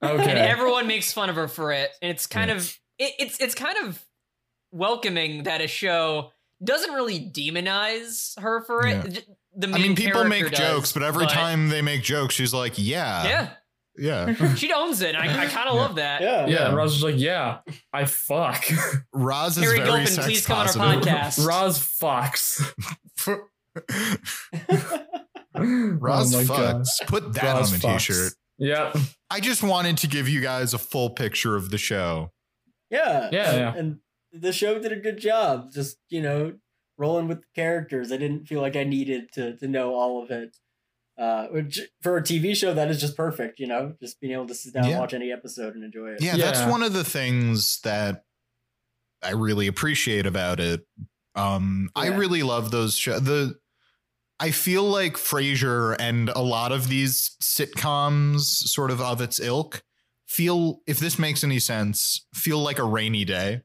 [SPEAKER 5] And
[SPEAKER 4] Okay.
[SPEAKER 5] everyone makes fun of her for it. And it's kind of it, it's it's kind of welcoming that a show doesn't really demonize her for
[SPEAKER 2] Yeah.
[SPEAKER 5] it. J- The
[SPEAKER 2] I
[SPEAKER 5] main
[SPEAKER 2] mean, people make
[SPEAKER 5] character does,
[SPEAKER 2] jokes, but every time they make jokes, she's like, "Yeah,
[SPEAKER 5] Yeah.
[SPEAKER 2] yeah."
[SPEAKER 5] She owns it. and I, I kind of
[SPEAKER 2] Yeah.
[SPEAKER 5] love that.
[SPEAKER 3] Yeah.
[SPEAKER 4] yeah, and Roz was like, yeah, I fuck.
[SPEAKER 2] Roz is
[SPEAKER 5] Harry
[SPEAKER 2] very
[SPEAKER 5] Gilpin,
[SPEAKER 2] sex
[SPEAKER 5] please come on our
[SPEAKER 2] positive.
[SPEAKER 5] podcast.
[SPEAKER 4] Roz fucks.
[SPEAKER 2] Roz
[SPEAKER 4] oh my God.
[SPEAKER 2] fucks. Put that
[SPEAKER 4] Roz
[SPEAKER 2] on a
[SPEAKER 4] fucks.
[SPEAKER 2] shirt
[SPEAKER 4] Yep.
[SPEAKER 2] I just wanted to give you guys a full picture of the show.
[SPEAKER 3] Yeah.
[SPEAKER 4] Yeah, yeah.
[SPEAKER 3] And, and the show did a good job, just, you know, rolling with the characters. I didn't feel like I needed to to know all of it. Uh, which for a TV show that is just perfect, you know, just being able to sit down
[SPEAKER 2] Yeah.
[SPEAKER 3] and watch any episode and enjoy it.
[SPEAKER 2] Yeah, that's
[SPEAKER 4] Yeah.
[SPEAKER 2] one of the things that I really appreciate about it. Um, I
[SPEAKER 3] Yeah.
[SPEAKER 2] really love those show. The I feel like Frasier and a lot of these sitcoms, sort of of its ilk, feel if this makes any sense, feel like a rainy day.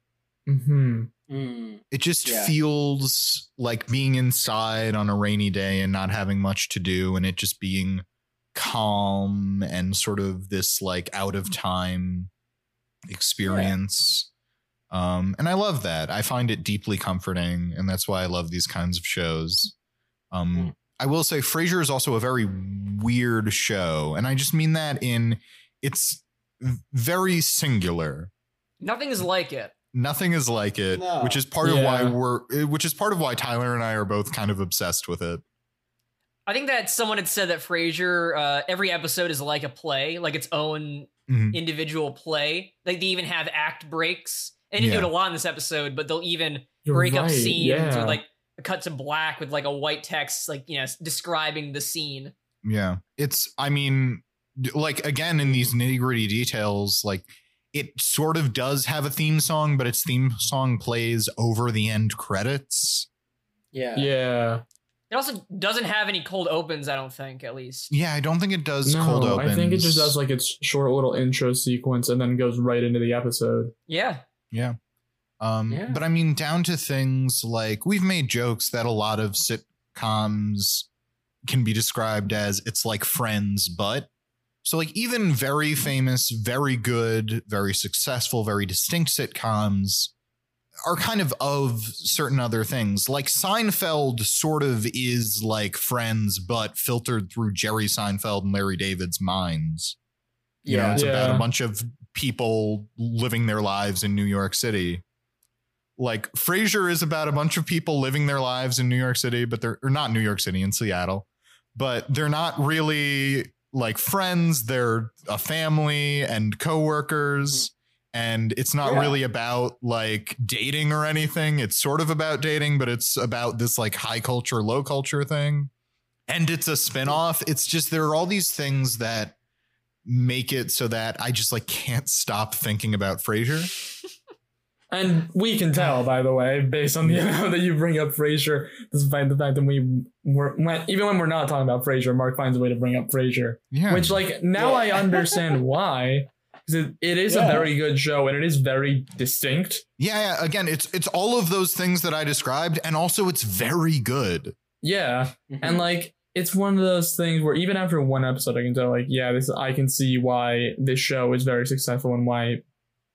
[SPEAKER 4] hmm
[SPEAKER 3] Mm.
[SPEAKER 2] It just
[SPEAKER 3] Yeah.
[SPEAKER 2] feels like being inside on a rainy day and not having much to do and it just being calm and sort of this like out of time experience. Um, and I love that. I find it deeply comforting. And that's why I love these kinds of shows. Um,
[SPEAKER 3] Mm.
[SPEAKER 2] I will say Frasier is also a very weird show. And I just mean that in it's v- very singular
[SPEAKER 5] Nothing is like it.
[SPEAKER 2] nothing is like it
[SPEAKER 3] No.
[SPEAKER 2] which is part of
[SPEAKER 4] Yeah.
[SPEAKER 2] why we're eh, which is part of why tyler and i are both kind of obsessed with it
[SPEAKER 5] I think that someone had said that Frasier, uh, every episode is like a play, like its own
[SPEAKER 4] Mm-hmm.
[SPEAKER 2] Mhm.
[SPEAKER 5] individual play. Like they even have act breaks. They didn't do
[SPEAKER 2] Yeah.
[SPEAKER 5] it a lot in this episode, but they'll even
[SPEAKER 4] You're
[SPEAKER 5] break up
[SPEAKER 4] right,
[SPEAKER 5] scenes
[SPEAKER 4] yeah.
[SPEAKER 5] with like a cut to black with like a white text, like you know, s- describing the scene.
[SPEAKER 2] yeah it's i mean d- like again in these nitty gritty details like it sort of does have a theme song but its theme song plays over the end credits
[SPEAKER 3] Yeah.
[SPEAKER 4] Yeah.
[SPEAKER 5] It also doesn't have any cold opens, I don't think, at least.
[SPEAKER 2] yeah i don't think it does cold
[SPEAKER 4] No,
[SPEAKER 2] open
[SPEAKER 4] I think it just does like its short little intro sequence and then goes right into the episode.
[SPEAKER 5] Yeah.
[SPEAKER 2] Yeah. Um,
[SPEAKER 3] Yeah.
[SPEAKER 2] But I mean, down to things like we've made jokes that a lot of sitcoms can be described as it's like friends, but so like even very famous, very good, very successful, very distinct sitcoms are kind of of certain other things. Like Seinfeld sort of is like friends, but filtered through Jerry Seinfeld and Larry David's minds. You know,
[SPEAKER 3] Yeah.
[SPEAKER 2] it's
[SPEAKER 4] Yeah.
[SPEAKER 2] about a bunch of people living their lives in New York City. Like Frasier is about a bunch of people living their lives in New York City, but they're or not New York City in Seattle, but they're not really like friends. They're a family and coworkers. And it's not
[SPEAKER 3] Yeah.
[SPEAKER 2] really about like dating or anything. It's sort of about dating, but it's about this like high culture, low culture thing. And it's a spinoff. It's just there are all these things that make it so that I just like can't stop thinking about Frasier.
[SPEAKER 4] And we can tell, by the way, based on the amount that you bring up Frasier, despite the fact that we were, when, even when we're not talking about Frasier, Mark finds a way to bring up Frasier.
[SPEAKER 2] Yeah.
[SPEAKER 4] Which, like, now I
[SPEAKER 3] Yeah.
[SPEAKER 4] understand why. 'cause It, it is a
[SPEAKER 3] Yeah.
[SPEAKER 4] very good show and it is very distinct.
[SPEAKER 2] yeah, yeah, again, it's it's all of those things that I described, and also it's very good.
[SPEAKER 4] Yeah.
[SPEAKER 3] mm-hmm.
[SPEAKER 4] And, like, it's one of those things where even after one episode, I can tell, like, yeah, this I can see why this show is very successful and why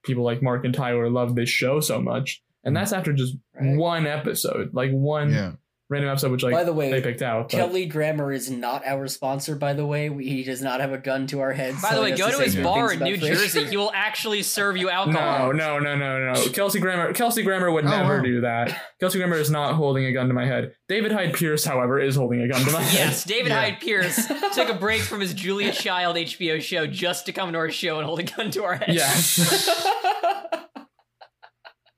[SPEAKER 4] people like Mark and Tyler love this show so much. And that's after just
[SPEAKER 3] Hmm. Right.
[SPEAKER 4] one episode, like one
[SPEAKER 2] Yeah.
[SPEAKER 4] random episode, which like
[SPEAKER 3] By the way,
[SPEAKER 4] they picked out. but-
[SPEAKER 3] Kelly Grammer is not our sponsor, by the way. We, he does not have a gun to our heads.
[SPEAKER 5] By the way,
[SPEAKER 3] telling us
[SPEAKER 5] go to
[SPEAKER 3] say
[SPEAKER 5] his
[SPEAKER 3] good
[SPEAKER 5] bar in
[SPEAKER 3] things
[SPEAKER 5] New
[SPEAKER 3] about Frasier.
[SPEAKER 5] Jersey. He will actually serve you
[SPEAKER 4] no,
[SPEAKER 5] alcohol.
[SPEAKER 4] no, no, no, no. Kelsey Grammer, Kelsey Grammer would
[SPEAKER 2] Oh,
[SPEAKER 4] never
[SPEAKER 2] wow.
[SPEAKER 4] do that. Kelsey Grammer is not holding a gun to my head. David Hyde Pierce, however, is holding a gun to my head.
[SPEAKER 5] Yes, David
[SPEAKER 2] Yeah.
[SPEAKER 5] Hyde Pierce took a break from his Julia Child HBO show just to come to our show and hold a gun to our head.
[SPEAKER 4] Yes.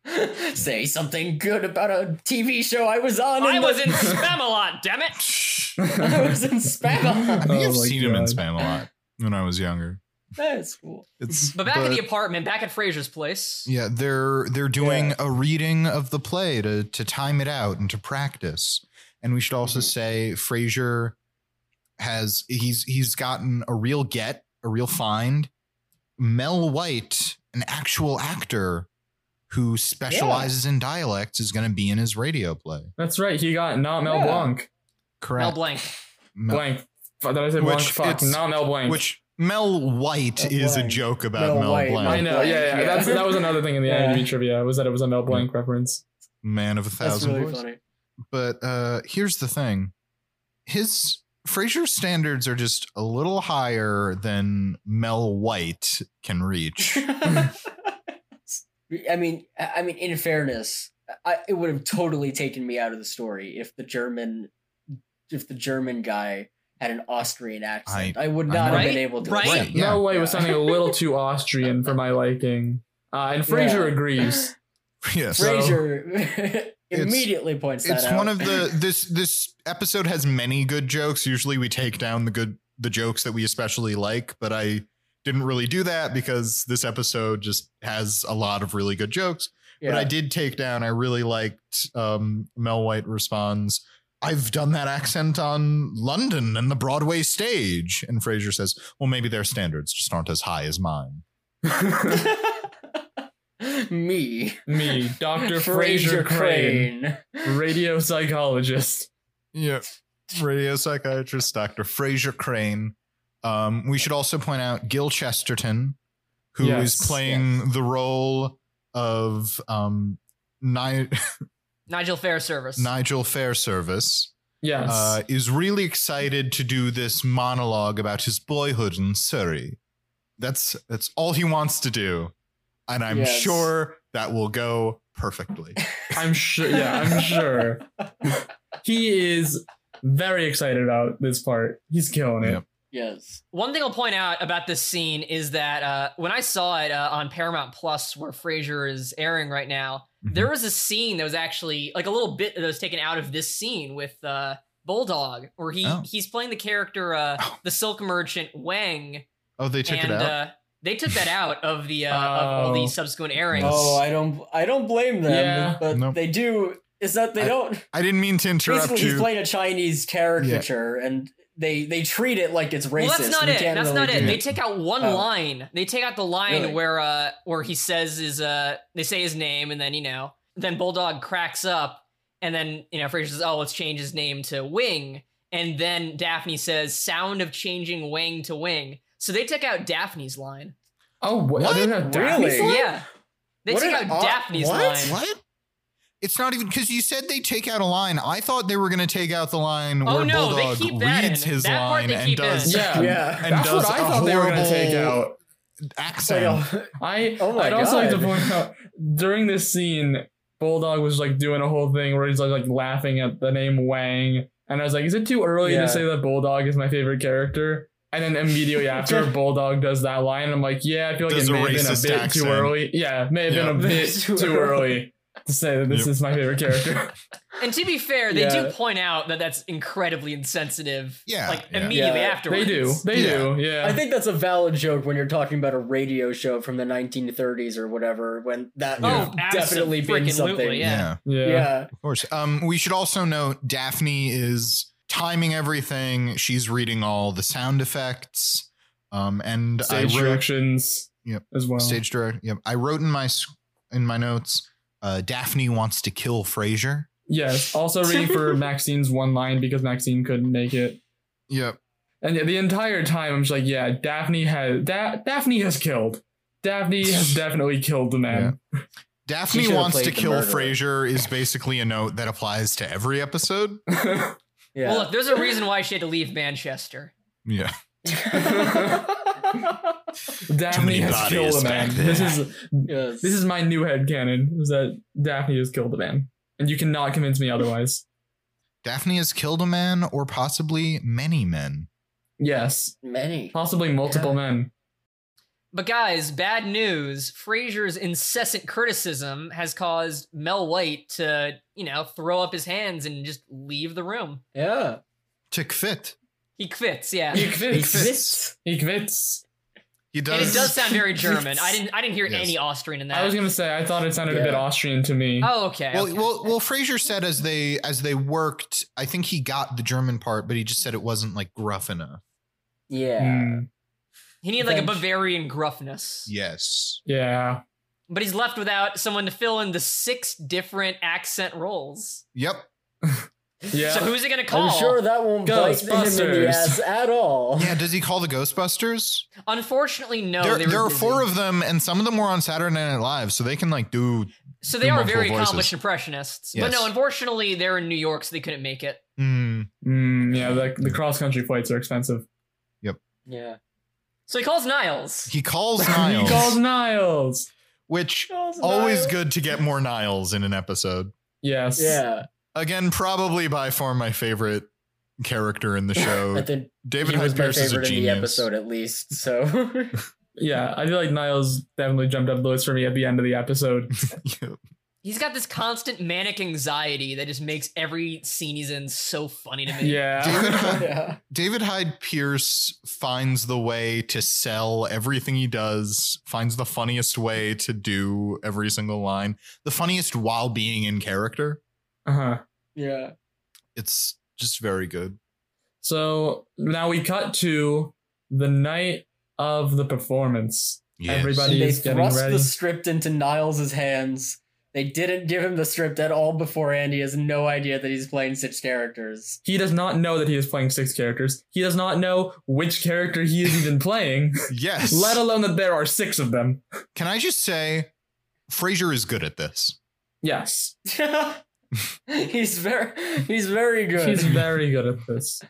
[SPEAKER 3] Say something good about a TV show I was on.
[SPEAKER 5] I
[SPEAKER 3] and the-
[SPEAKER 5] was in spam a lot, damn it.
[SPEAKER 3] I was in Spam.
[SPEAKER 2] I think
[SPEAKER 4] Oh
[SPEAKER 2] I've
[SPEAKER 4] my
[SPEAKER 2] seen him in
[SPEAKER 4] God.
[SPEAKER 2] spam a lot when I was younger.
[SPEAKER 3] That's cool.
[SPEAKER 2] It's
[SPEAKER 5] But back at the apartment, back at Fraser's place.
[SPEAKER 2] Yeah, they're they're doing a reading of the play to to time it out and to practice. And we should also say Frasier has he's he's gotten a real get, a real find. Mel White, an actual actor who specializes in dialects, is going to be in his radio play.
[SPEAKER 4] That's right. He got not Mel
[SPEAKER 3] Yeah.
[SPEAKER 4] Blanc.
[SPEAKER 5] Mel
[SPEAKER 2] Correct.
[SPEAKER 5] Blanc.
[SPEAKER 2] Mel-
[SPEAKER 4] Blank. Fuck, Did I say
[SPEAKER 2] Which
[SPEAKER 4] Blanc? Fuck,
[SPEAKER 2] it's-
[SPEAKER 4] not Mel Blanc.
[SPEAKER 2] Which Mel White
[SPEAKER 3] Mel
[SPEAKER 2] is a
[SPEAKER 3] Blanc.
[SPEAKER 2] joke about
[SPEAKER 3] Mel
[SPEAKER 2] Mel,
[SPEAKER 3] White,
[SPEAKER 2] Blanc,
[SPEAKER 4] I know.
[SPEAKER 3] Blanc,
[SPEAKER 4] yeah, yeah.
[SPEAKER 3] yeah.
[SPEAKER 4] That's, that was another thing in the
[SPEAKER 3] Yeah.
[SPEAKER 4] IMDb trivia was that it was a Mel Blanc reference.
[SPEAKER 2] man of a
[SPEAKER 3] That's
[SPEAKER 2] thousand
[SPEAKER 3] really
[SPEAKER 2] voices.
[SPEAKER 3] funny.
[SPEAKER 2] but uh here's the thing his Frasier's standards are just a little higher than Mel White can reach.
[SPEAKER 3] I mean, I I mean, in fairness, I, it would have totally taken me out of the story if the German, if the German guy had an Austrian accent. I, would
[SPEAKER 2] I
[SPEAKER 3] not
[SPEAKER 2] know.
[SPEAKER 3] have been
[SPEAKER 5] Right?
[SPEAKER 3] able to.
[SPEAKER 5] Right?
[SPEAKER 3] accept
[SPEAKER 2] Yeah.
[SPEAKER 4] Mel White was
[SPEAKER 3] Yeah.
[SPEAKER 4] sounding a little too Austrian for my liking. Uh, and Fraser
[SPEAKER 3] Yeah.
[SPEAKER 4] agrees.
[SPEAKER 2] yes.
[SPEAKER 4] Right.
[SPEAKER 3] Frasier immediately points that
[SPEAKER 2] It's
[SPEAKER 3] out.
[SPEAKER 2] one of the this this episode has many good jokes. Usually we take down the good the jokes that we especially like, but I didn't really do that because this episode just has a lot of really good jokes. But I did take down I really liked um Mel White responds I've done that accent on London and the Broadway stage. And Fraser says, Well, maybe their standards just aren't as high as mine.
[SPEAKER 3] did me,
[SPEAKER 4] Me, Dr.
[SPEAKER 3] Fraser
[SPEAKER 4] Fraser Crane,
[SPEAKER 3] Crane.
[SPEAKER 4] radio psychologist.
[SPEAKER 2] Yeah. Radio psychiatrist Dr. Fraser Crane. Um, we should also point out Gil Chesterton, who is
[SPEAKER 4] Yes,
[SPEAKER 2] playing the role of um, Ni-
[SPEAKER 5] Nigel Fair service.
[SPEAKER 2] Nigel Fairservice.
[SPEAKER 4] Yes.
[SPEAKER 2] uh, is really excited to do this monologue about his boyhood in Surrey. That's that's all he wants to do, and I'm
[SPEAKER 3] Yes.
[SPEAKER 2] sure that will go perfectly.
[SPEAKER 4] I'm sure. Yeah, I'm sure. he is very excited about this part. He's killing it.
[SPEAKER 2] Yep.
[SPEAKER 3] Yes.
[SPEAKER 5] One thing I'll point out about this scene is that uh, when I saw it uh, on Paramount Plus, where Frasier is airing right now,
[SPEAKER 2] Mm-hmm.
[SPEAKER 5] there was a scene that was actually like a little bit that was taken out of this scene with uh, Bulldog, where he
[SPEAKER 2] Oh.
[SPEAKER 5] he's playing the character uh,
[SPEAKER 2] Oh.
[SPEAKER 5] the Silk Merchant Wang,
[SPEAKER 2] Oh, they took
[SPEAKER 5] and
[SPEAKER 2] it out.
[SPEAKER 5] Uh, they took that out of the uh, of all
[SPEAKER 4] Oh.
[SPEAKER 5] the subsequent airings.
[SPEAKER 3] Oh, I don't. I don't blame them.
[SPEAKER 4] Yeah.
[SPEAKER 3] But
[SPEAKER 2] Nope.
[SPEAKER 3] they do. Is that they
[SPEAKER 2] I-
[SPEAKER 3] don't.
[SPEAKER 2] I didn't mean to interrupt
[SPEAKER 3] Basically, he's
[SPEAKER 2] you.
[SPEAKER 3] playing a Chinese caricature, and they they treat it like it's racist.
[SPEAKER 5] Well, that's not
[SPEAKER 3] We
[SPEAKER 5] it.
[SPEAKER 3] can't
[SPEAKER 5] That's
[SPEAKER 3] really
[SPEAKER 5] not it.
[SPEAKER 3] do
[SPEAKER 5] They take out one
[SPEAKER 3] Oh.
[SPEAKER 5] line. They take out the line
[SPEAKER 3] Really?
[SPEAKER 5] where uh where he says is uh they say his name and then you know then Bulldog cracks up and then you know Fraser says oh let's change his name to Wing and then Daphne says sound of changing Wang to Wing. So they took out Daphne's line.
[SPEAKER 4] Oh, what?
[SPEAKER 2] What?
[SPEAKER 4] They're not
[SPEAKER 3] Really?
[SPEAKER 4] Daphne?
[SPEAKER 5] Yeah, they
[SPEAKER 3] What
[SPEAKER 5] took
[SPEAKER 3] an
[SPEAKER 5] out
[SPEAKER 3] odd-
[SPEAKER 5] Daphne's
[SPEAKER 3] what?
[SPEAKER 5] line.
[SPEAKER 2] What? It's not even because you said they take out a line. I thought they were going to take out the line
[SPEAKER 5] Oh,
[SPEAKER 2] where
[SPEAKER 5] no, they
[SPEAKER 2] Bulldog
[SPEAKER 5] keep that
[SPEAKER 2] reads
[SPEAKER 5] in.
[SPEAKER 2] his
[SPEAKER 5] That part
[SPEAKER 2] line
[SPEAKER 5] they
[SPEAKER 2] and
[SPEAKER 5] keep in.
[SPEAKER 2] does
[SPEAKER 4] Yeah.
[SPEAKER 3] Yeah.
[SPEAKER 2] and
[SPEAKER 4] That's
[SPEAKER 2] does
[SPEAKER 4] what I
[SPEAKER 2] a
[SPEAKER 4] thought they were going to take
[SPEAKER 2] horrible
[SPEAKER 4] out.
[SPEAKER 2] accent.
[SPEAKER 3] So,
[SPEAKER 4] I,
[SPEAKER 3] Oh my
[SPEAKER 4] I'd also like to
[SPEAKER 3] God.
[SPEAKER 4] point out during this scene, Bulldog was like doing a whole thing where he's like, like laughing at the name Wang. And I was like, is it too early
[SPEAKER 3] Yeah.
[SPEAKER 4] to say that Bulldog is my favorite character? And then immediately after, Bulldog does that line. And I'm like, yeah, I feel like
[SPEAKER 2] Does
[SPEAKER 4] it
[SPEAKER 2] a
[SPEAKER 4] may have been a
[SPEAKER 2] racist
[SPEAKER 4] bit
[SPEAKER 2] accent.
[SPEAKER 4] too early. Yeah, may have
[SPEAKER 2] Yeah.
[SPEAKER 4] been a bit too early. to say that this
[SPEAKER 2] Yep.
[SPEAKER 4] is my favorite character.
[SPEAKER 5] And to be fair, they
[SPEAKER 4] Yeah.
[SPEAKER 5] do point out that that's incredibly insensitive.
[SPEAKER 2] Yeah,
[SPEAKER 5] like
[SPEAKER 2] yeah.
[SPEAKER 5] immediately
[SPEAKER 3] Yeah,
[SPEAKER 5] afterwards.
[SPEAKER 4] They do. They do. Yeah.
[SPEAKER 3] I think that's a valid joke when you're talking about a radio show from the 1930s or whatever, when that
[SPEAKER 5] Oh,
[SPEAKER 2] Yeah.
[SPEAKER 3] would've definitely been
[SPEAKER 5] abso-freaking-lutely,
[SPEAKER 3] something.
[SPEAKER 5] Yeah.
[SPEAKER 4] yeah.
[SPEAKER 3] Yeah.
[SPEAKER 2] Of course. Um, we should also note Daphne is timing everything. She's reading all the sound effects. Um, and
[SPEAKER 4] Stage
[SPEAKER 2] I wrote
[SPEAKER 4] directions.
[SPEAKER 2] Yep.
[SPEAKER 4] As well.
[SPEAKER 2] stage direct. Yep, I wrote in my s- in my notes. Uh, Daphne wants to kill Frasier.
[SPEAKER 4] Yes. Also reading for Maxine's one line because Maxine couldn't make it.
[SPEAKER 2] Yep.
[SPEAKER 4] And the entire time I'm just like, yeah, Daphne has da- Daphne has killed. Daphne has definitely killed the man.
[SPEAKER 3] She
[SPEAKER 2] Daphne
[SPEAKER 3] should've
[SPEAKER 2] wants to
[SPEAKER 3] played the
[SPEAKER 2] kill
[SPEAKER 3] murderer.
[SPEAKER 2] Frasier is basically a note that applies to every episode.
[SPEAKER 3] Yeah.
[SPEAKER 5] Well, look, there's a reason why she had to leave Manchester.
[SPEAKER 2] Yeah.
[SPEAKER 4] Daphne
[SPEAKER 2] many
[SPEAKER 4] has
[SPEAKER 2] bodies
[SPEAKER 4] killed the man.
[SPEAKER 2] back
[SPEAKER 4] This
[SPEAKER 2] there.
[SPEAKER 4] is
[SPEAKER 3] Yes.
[SPEAKER 4] this is my new head canon is that Daphne has killed the man. And you cannot convince me otherwise.
[SPEAKER 2] Daphne has killed a man or possibly many men.
[SPEAKER 4] Yes.
[SPEAKER 3] many.
[SPEAKER 4] Possibly multiple
[SPEAKER 3] Yeah.
[SPEAKER 4] men.
[SPEAKER 5] But guys, bad news. Frasier's incessant criticism has caused Mel White to, you know, throw up his hands and just leave the room.
[SPEAKER 3] Yeah.
[SPEAKER 2] Tick fit.
[SPEAKER 5] He quits, yeah.
[SPEAKER 4] He
[SPEAKER 2] quits.
[SPEAKER 4] quits. He quits.
[SPEAKER 2] He
[SPEAKER 5] And
[SPEAKER 2] does.
[SPEAKER 5] it does sound very German. I didn't I didn't hear
[SPEAKER 2] Yes.
[SPEAKER 5] any Austrian in that.
[SPEAKER 4] I was gonna say I thought it sounded a bit
[SPEAKER 3] Yeah.
[SPEAKER 4] Austrian to me.
[SPEAKER 5] oh, okay.
[SPEAKER 2] well,
[SPEAKER 5] okay.
[SPEAKER 2] well, well. Frasier said as they as they worked, I think he got the German part, but he just said it wasn't like gruff enough.
[SPEAKER 3] Yeah.
[SPEAKER 4] Hmm.
[SPEAKER 5] he needed like a
[SPEAKER 3] French.
[SPEAKER 5] Bavarian gruffness.
[SPEAKER 2] Yes.
[SPEAKER 4] Yeah.
[SPEAKER 5] But he's left without someone to fill in the six different accent roles.
[SPEAKER 2] Yep.
[SPEAKER 4] Yeah.
[SPEAKER 5] So who's it gonna call?
[SPEAKER 3] I'm sure that won't bite him in
[SPEAKER 4] Ghostbusters.
[SPEAKER 3] the ass at all.
[SPEAKER 2] Yeah. Does he call the Ghostbusters?
[SPEAKER 5] Unfortunately, no.
[SPEAKER 2] there,
[SPEAKER 5] they were
[SPEAKER 2] there are
[SPEAKER 5] busy.
[SPEAKER 2] four of them, and some of them were on Saturday Night Live, so they can like do.
[SPEAKER 5] So they
[SPEAKER 2] They're
[SPEAKER 5] are
[SPEAKER 2] more
[SPEAKER 5] very
[SPEAKER 2] full voices.
[SPEAKER 5] accomplished impressionists. But
[SPEAKER 2] Yes.
[SPEAKER 5] no, unfortunately, they're in New York, so they couldn't make it.
[SPEAKER 2] Mm,
[SPEAKER 4] Mm, yeah. The, the cross country flights are expensive.
[SPEAKER 3] Yeah.
[SPEAKER 5] So he calls Niles.
[SPEAKER 2] he calls
[SPEAKER 4] he
[SPEAKER 2] Niles,
[SPEAKER 4] calls Niles.
[SPEAKER 2] which always good to get more Niles in an episode.
[SPEAKER 4] Yes.
[SPEAKER 3] Yeah.
[SPEAKER 2] Again, probably by far my favorite character in the
[SPEAKER 3] I
[SPEAKER 2] show.
[SPEAKER 3] think
[SPEAKER 2] David
[SPEAKER 3] he was
[SPEAKER 2] Hyde
[SPEAKER 3] my
[SPEAKER 2] Pierce is a
[SPEAKER 3] favorite in the
[SPEAKER 2] genius.
[SPEAKER 3] episode at least. So
[SPEAKER 4] Yeah. I feel like Niles definitely jumped up the list for me at the end of the episode.
[SPEAKER 2] Yep.
[SPEAKER 5] He's got this constant manic anxiety that just makes every scene he's in so funny to me.
[SPEAKER 2] David,
[SPEAKER 4] Yeah.
[SPEAKER 2] Hyde,
[SPEAKER 3] yeah.
[SPEAKER 2] David Hyde Pierce finds the way to sell everything he does, finds the funniest way to do every single line, the funniest while being in character.
[SPEAKER 4] Uh huh.
[SPEAKER 3] Yeah.
[SPEAKER 2] It's just very good.
[SPEAKER 4] So now we cut to the night of the performance. Everybody-
[SPEAKER 3] And they
[SPEAKER 4] He's getting
[SPEAKER 3] thrust
[SPEAKER 4] ready.
[SPEAKER 3] the script into Niles' hands. They didn't give him the script at all beforehand. He has no idea that he's playing such characters.
[SPEAKER 4] He does not know that he is playing six characters. He does not know which character he is even playing,
[SPEAKER 2] Yes.
[SPEAKER 4] let alone that there are six of them.
[SPEAKER 2] Can I just say, Frasier is good at this.
[SPEAKER 4] Yes.
[SPEAKER 3] he's very he's very good.
[SPEAKER 4] She's very good at this.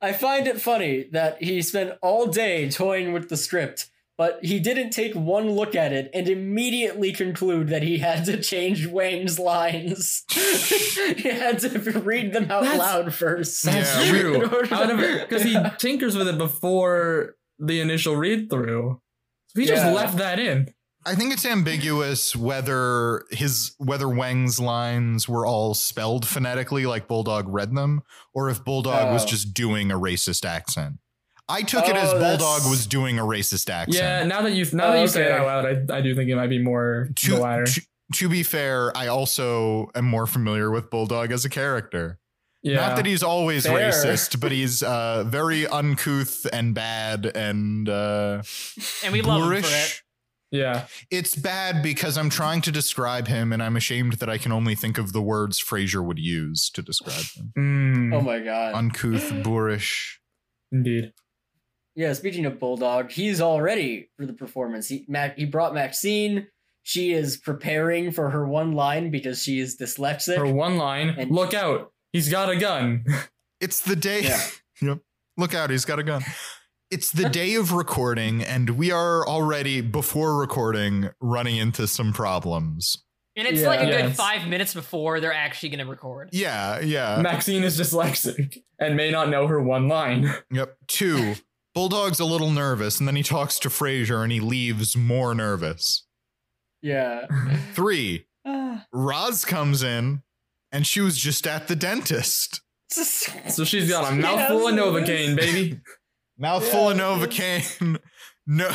[SPEAKER 3] I find it funny that he spent all day toying with the script, but he didn't take one look at it and immediately conclude that he had to change Wayne's lines. he had to read them out
[SPEAKER 4] That's-
[SPEAKER 3] loud first.
[SPEAKER 2] That's Yeah, we-
[SPEAKER 4] true. Because he tinkers with it before the initial read through. So he just
[SPEAKER 3] Yeah.
[SPEAKER 4] left that in.
[SPEAKER 2] I think it's ambiguous whether his whether Wang's lines were all spelled phonetically like Bulldog read them, or if Bulldog was
[SPEAKER 3] Oh.
[SPEAKER 2] just doing a racist accent. I took it
[SPEAKER 3] Oh,
[SPEAKER 2] as Bulldog
[SPEAKER 3] that's-
[SPEAKER 2] was doing a racist accent.
[SPEAKER 4] Yeah, now that you now
[SPEAKER 3] Oh,
[SPEAKER 4] that you say it
[SPEAKER 3] okay.
[SPEAKER 4] out loud, I, I do think it might be more the
[SPEAKER 2] to,
[SPEAKER 4] latter.
[SPEAKER 2] to, to be fair, I also am more familiar with Bulldog as a character.
[SPEAKER 4] yeah.
[SPEAKER 2] Not that he's always
[SPEAKER 3] Fair.
[SPEAKER 2] racist, but he's uh, very uncouth and bad and uh,
[SPEAKER 5] And we love him for
[SPEAKER 2] boorish.
[SPEAKER 5] it.
[SPEAKER 4] yeah.
[SPEAKER 2] It's bad because I'm trying to describe him, and I'm ashamed that I can only think of the words Frasier would use to describe him.
[SPEAKER 4] Mm,
[SPEAKER 3] Oh my god.
[SPEAKER 2] Uncouth, boorish.
[SPEAKER 4] indeed.
[SPEAKER 3] Yeah, speaking of Bulldog, he's all ready for the performance. He Mac, he brought Maxine. She is preparing for her one line because she is dyslexic.
[SPEAKER 4] For one line,
[SPEAKER 3] And-
[SPEAKER 4] look out. He's got a gun.
[SPEAKER 2] It's the day.
[SPEAKER 3] Yeah.
[SPEAKER 2] yep. Look out, he's got a gun. It's the day of recording, and we are already before recording running into some problems.
[SPEAKER 5] And it's
[SPEAKER 3] Yeah.
[SPEAKER 5] like a good
[SPEAKER 4] Yes.
[SPEAKER 5] five minutes before they're actually gonna record.
[SPEAKER 2] Yeah, yeah.
[SPEAKER 4] Maxine is dyslexic and may not know her one line.
[SPEAKER 2] Yep. Two. Bulldog's a little nervous, and then he talks to Frasier, and he leaves more nervous.
[SPEAKER 3] yeah.
[SPEAKER 5] Ah.
[SPEAKER 2] Three. Roz comes in and she was just at the dentist.
[SPEAKER 4] So she's got a mouthful of Novocaine, baby.
[SPEAKER 2] Mouthful of Novocaine. No.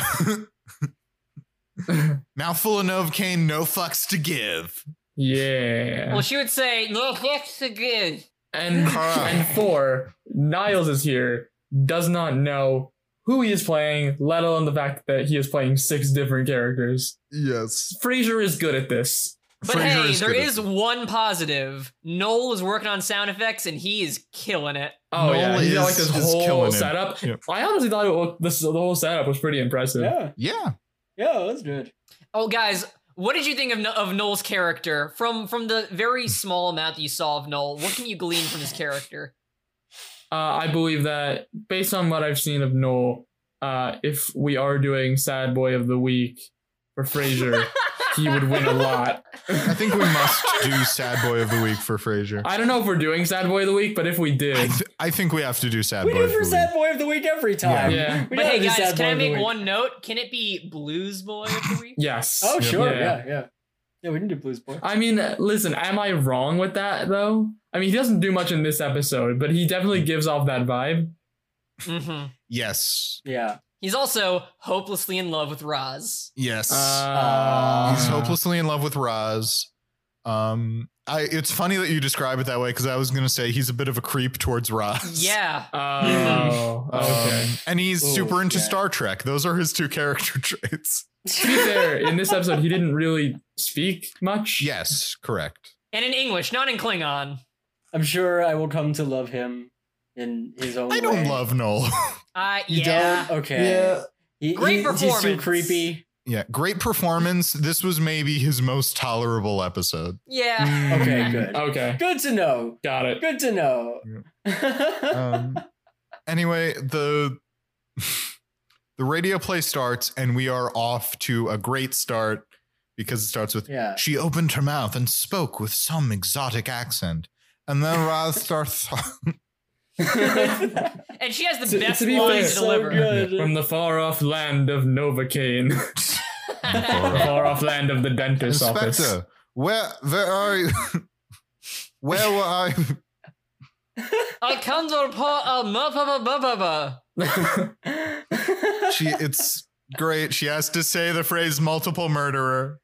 [SPEAKER 2] Mouthful of Novocaine, no fucks to give.
[SPEAKER 4] Yeah.
[SPEAKER 5] Well, she would say, "No, fucks again."
[SPEAKER 4] And and four, Niles is here, does not know who he is playing, let alone the fact that he is playing six different characters.
[SPEAKER 2] Yes.
[SPEAKER 4] Fraser is good at this.
[SPEAKER 5] But
[SPEAKER 2] Frasier
[SPEAKER 5] hey,
[SPEAKER 2] is
[SPEAKER 5] there
[SPEAKER 2] good at
[SPEAKER 5] is one positive. Noel is working on sound effects, and he is killing it.
[SPEAKER 4] Oh
[SPEAKER 2] Noel
[SPEAKER 4] yeah, he got like
[SPEAKER 2] is-
[SPEAKER 4] this
[SPEAKER 2] is
[SPEAKER 4] whole
[SPEAKER 2] killing him.
[SPEAKER 4] setup.
[SPEAKER 2] Yeah.
[SPEAKER 4] I honestly thought it looked, this the whole setup was pretty impressive.
[SPEAKER 3] Yeah,
[SPEAKER 2] Yeah.
[SPEAKER 3] yeah, that's good.
[SPEAKER 5] Oh, guys, what did you think of No- of Noel's character from from the very small amount that you saw of Noel? What can you glean from his character?
[SPEAKER 4] Uh, I believe that based on what I've seen of Noel, uh, if we are doing Sad Boy of the Week for Frasier, he would win a lot.
[SPEAKER 2] I think we must do Sad Boy of the Week for Frasier.
[SPEAKER 4] I don't know if we're doing Sad Boy of the Week, but if we
[SPEAKER 2] I,
[SPEAKER 4] did,
[SPEAKER 2] th- I think we have to do Sad
[SPEAKER 3] We
[SPEAKER 2] Boy
[SPEAKER 3] do
[SPEAKER 2] of the
[SPEAKER 3] for
[SPEAKER 2] Week.
[SPEAKER 3] sad boy of the week every time.
[SPEAKER 4] yeah.
[SPEAKER 3] We
[SPEAKER 5] But
[SPEAKER 3] don't
[SPEAKER 5] hey,
[SPEAKER 3] have a
[SPEAKER 5] guys,
[SPEAKER 3] sad boy
[SPEAKER 5] can I
[SPEAKER 3] of the
[SPEAKER 5] make
[SPEAKER 3] week.
[SPEAKER 5] one note? Can it be Blues Boy of the Week?
[SPEAKER 4] yes.
[SPEAKER 3] Oh sure,
[SPEAKER 4] Yeah.
[SPEAKER 3] yeah, yeah, yeah. We can do blues boy.
[SPEAKER 4] I mean, listen, am I wrong with that though? I mean, he doesn't do much in this episode, but he definitely gives off that vibe. Mm-hmm.
[SPEAKER 5] hmm
[SPEAKER 2] Yes.
[SPEAKER 3] Yeah,
[SPEAKER 5] He's also hopelessly in love with Roz.
[SPEAKER 2] Yes.
[SPEAKER 4] Uh,
[SPEAKER 2] He's hopelessly in love with Roz. Um, I, it's funny that you describe it that way because I was going to say he's a bit of a creep towards Roz.
[SPEAKER 5] Yeah.
[SPEAKER 4] Oh,
[SPEAKER 2] Um,
[SPEAKER 4] okay.
[SPEAKER 2] and he's
[SPEAKER 3] Ooh,
[SPEAKER 2] super into
[SPEAKER 3] yeah.
[SPEAKER 2] Star Trek. Those are his two character traits.
[SPEAKER 4] to be fair, in this episode, he didn't really speak much.
[SPEAKER 2] Yes, correct.
[SPEAKER 5] And in English, not in Klingon.
[SPEAKER 3] I'm sure I will come to love him in his own.
[SPEAKER 2] I don't
[SPEAKER 3] way.
[SPEAKER 2] love Noel.
[SPEAKER 5] Uh,
[SPEAKER 3] You
[SPEAKER 5] yeah.
[SPEAKER 3] don't? Okay. Yeah. He,
[SPEAKER 5] Great
[SPEAKER 3] he- He's too
[SPEAKER 5] performance.
[SPEAKER 3] creepy.
[SPEAKER 2] yeah, great performance. This was maybe his most tolerable episode.
[SPEAKER 5] Yeah.
[SPEAKER 4] Mm,
[SPEAKER 3] Okay, good.
[SPEAKER 4] Okay.
[SPEAKER 3] Good to know.
[SPEAKER 4] Got it.
[SPEAKER 3] Good to know.
[SPEAKER 2] Um, anyway, the the radio play starts and we are off to a great start because it starts with
[SPEAKER 3] yeah.
[SPEAKER 2] She opened her mouth and spoke with some exotic accent. And then Roz starts.
[SPEAKER 5] And she has the
[SPEAKER 4] To-
[SPEAKER 5] best
[SPEAKER 4] to be
[SPEAKER 5] line
[SPEAKER 4] fair-
[SPEAKER 5] to
[SPEAKER 4] So
[SPEAKER 5] deliver.
[SPEAKER 3] good.
[SPEAKER 4] From the far off land of Novocaine, the far off land of the dentist's office.
[SPEAKER 2] Inspector, where, where are you? Where were I?
[SPEAKER 5] I can't report a mu- bu- bu- bu- bu- bu.
[SPEAKER 2] She, it's great. She has to say the phrase multiple murderer.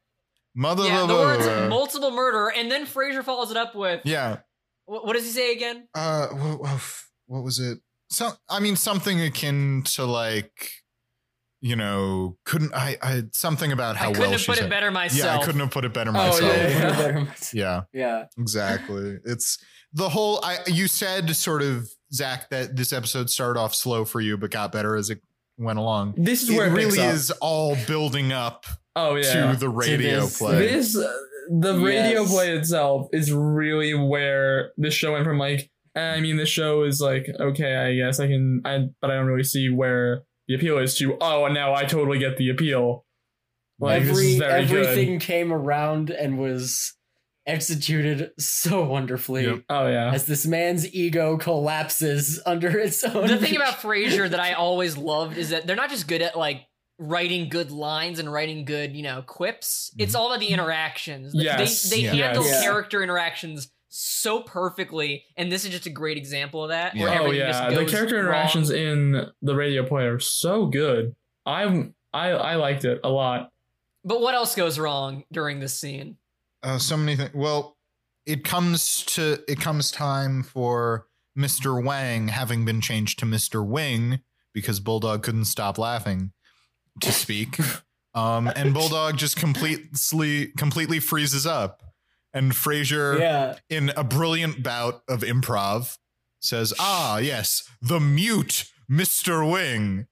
[SPEAKER 2] Mother
[SPEAKER 5] Yeah,
[SPEAKER 2] blah,
[SPEAKER 5] the
[SPEAKER 2] blah,
[SPEAKER 5] words
[SPEAKER 2] blah.
[SPEAKER 5] multiple murder, and then Fraser follows it up with
[SPEAKER 2] Yeah.
[SPEAKER 5] wh- what does he say again?
[SPEAKER 2] Uh, what, what- what was it? Some, I mean, something akin to like, you know, couldn't I? I something about how
[SPEAKER 5] I couldn't
[SPEAKER 2] well
[SPEAKER 5] have
[SPEAKER 2] she
[SPEAKER 5] put
[SPEAKER 2] said.
[SPEAKER 5] it better
[SPEAKER 2] Yeah,
[SPEAKER 5] myself.
[SPEAKER 2] I couldn't have put it better
[SPEAKER 4] Oh,
[SPEAKER 2] myself.
[SPEAKER 4] yeah, yeah.
[SPEAKER 2] yeah.
[SPEAKER 3] yeah.
[SPEAKER 2] Exactly. It's the whole. I you said sort of Zach that this episode started off slow for you, but got better as it went along.
[SPEAKER 4] This is
[SPEAKER 2] it
[SPEAKER 4] where it picks
[SPEAKER 2] really
[SPEAKER 4] up.
[SPEAKER 2] is all building up
[SPEAKER 4] Oh yeah.
[SPEAKER 2] to the radio
[SPEAKER 3] this.
[SPEAKER 2] play.
[SPEAKER 4] this uh, the radio
[SPEAKER 3] Yes.
[SPEAKER 4] play itself is really where this show went from like eh, i mean the show is like okay i guess i can i but i don't really see where the appeal is to oh and now i totally get the appeal like this is
[SPEAKER 3] Every,
[SPEAKER 4] very
[SPEAKER 3] everything
[SPEAKER 4] good
[SPEAKER 3] came around and was executed so wonderfully
[SPEAKER 2] Yep.
[SPEAKER 4] oh yeah
[SPEAKER 3] as this man's ego collapses under its own.
[SPEAKER 5] the thing about Frasier that I always loved is that they're not just good at like writing good lines and writing good, you know, quips. It's all about the interactions. They-
[SPEAKER 4] Yes.
[SPEAKER 5] They, they
[SPEAKER 2] Yeah.
[SPEAKER 5] handle
[SPEAKER 3] Yes.
[SPEAKER 5] character interactions so perfectly, and this is just a great example of that. Where
[SPEAKER 2] Yeah.
[SPEAKER 4] oh
[SPEAKER 5] everything
[SPEAKER 4] yeah
[SPEAKER 5] just
[SPEAKER 4] the
[SPEAKER 5] goes
[SPEAKER 4] character
[SPEAKER 5] wrong.
[SPEAKER 4] interactions in the radio play are so good i'm i i liked it a lot
[SPEAKER 5] But what else goes wrong during this scene?
[SPEAKER 2] Uh, so many things. Well, it comes to it comes time for Mr. Wang having been changed to Mr. Wing because Bulldog couldn't stop laughing to speak. Um, and Bulldog just completely completely freezes up. And Frasier
[SPEAKER 3] yeah,
[SPEAKER 2] in a brilliant bout of improv, says, Ah, yes, the mute Mr. Wing,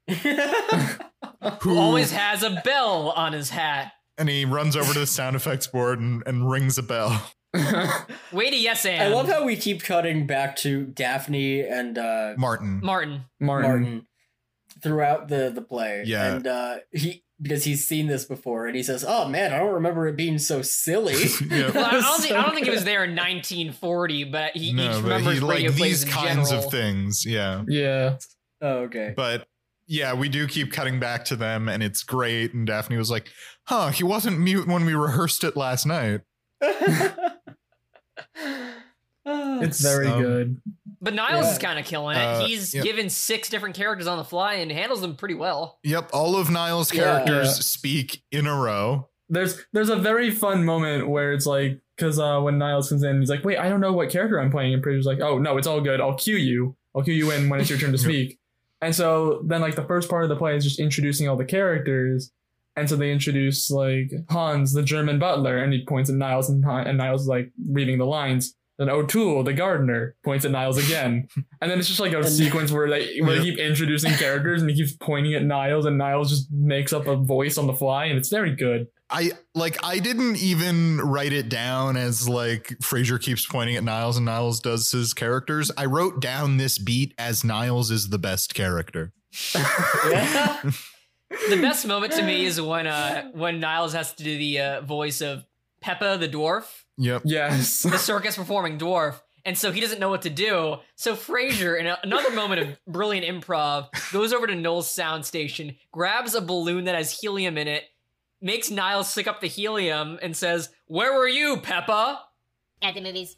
[SPEAKER 2] who
[SPEAKER 5] Always has a bell on his hat.
[SPEAKER 2] and he runs over to the sound effects board and, and rings a bell.
[SPEAKER 5] Wait a yes and.
[SPEAKER 3] I love how we keep cutting back to Daphne and uh,
[SPEAKER 2] Martin.
[SPEAKER 5] Martin.
[SPEAKER 4] martin,
[SPEAKER 3] Martin throughout the the play.
[SPEAKER 2] Yeah.
[SPEAKER 3] and uh, he because he's seen this before, and he says, "Oh man, I don't remember it being so silly."
[SPEAKER 2] Yeah.
[SPEAKER 5] Well, I don't,
[SPEAKER 3] So
[SPEAKER 5] think, I don't think he
[SPEAKER 3] good.
[SPEAKER 5] was there in 1940, but he, he
[SPEAKER 2] no, but
[SPEAKER 5] remembers
[SPEAKER 2] he
[SPEAKER 5] radio
[SPEAKER 2] like
[SPEAKER 5] plays
[SPEAKER 2] these
[SPEAKER 5] in
[SPEAKER 2] kinds
[SPEAKER 5] general.
[SPEAKER 2] of things. Yeah.
[SPEAKER 4] yeah
[SPEAKER 3] Oh, okay.
[SPEAKER 2] But yeah, we do keep cutting back to them and it's great. And Daphne was like, huh, he wasn't mute when we rehearsed it last night.
[SPEAKER 4] It's very
[SPEAKER 2] um,
[SPEAKER 4] good.
[SPEAKER 5] But Niles
[SPEAKER 4] Yeah.
[SPEAKER 5] is kind of killing it.
[SPEAKER 2] Uh,
[SPEAKER 5] He's
[SPEAKER 2] yeah.
[SPEAKER 5] given six different characters on the fly and handles them pretty well.
[SPEAKER 2] Yep, all of Niall's
[SPEAKER 3] Yeah.
[SPEAKER 2] characters speak in a row.
[SPEAKER 4] There's there's a very fun moment where it's like because uh, when Niles comes in, he's like, "Wait, I don't know what character I'm playing," and Preacher's like, "Oh no, it's all good. I'll cue you. I'll cue you in when it's your turn to speak." And so then like the first part of the play is just introducing all the characters, and so they introduce like Hans, the German butler, and he points at Niles, and, Han- and Niles is like reading the lines. Then O'Toole, the gardener, points at Niles again, and then it's just like a
[SPEAKER 3] And-
[SPEAKER 4] sequence where they where they keep introducing characters, and he keeps pointing at Niles, and Niles just makes up a voice on the fly, and it's very good.
[SPEAKER 2] I like I didn't even write it down as like Frasier keeps pointing at Niles and Niles does his characters. I wrote down this beat as Niles is the best character.
[SPEAKER 3] Yeah.
[SPEAKER 5] The best moment to me is when uh when Niles has to do the uh, voice of Peppa the dwarf,
[SPEAKER 2] Yep.
[SPEAKER 4] Yes.
[SPEAKER 5] the circus performing dwarf, and so he doesn't know what to do. So Frasier, in a, another moment of brilliant improv, goes over to Noel's sound station, grabs a balloon that has helium in it, makes Niles stick up the helium, and says, "Where were you, Peppa?"
[SPEAKER 6] At the movies.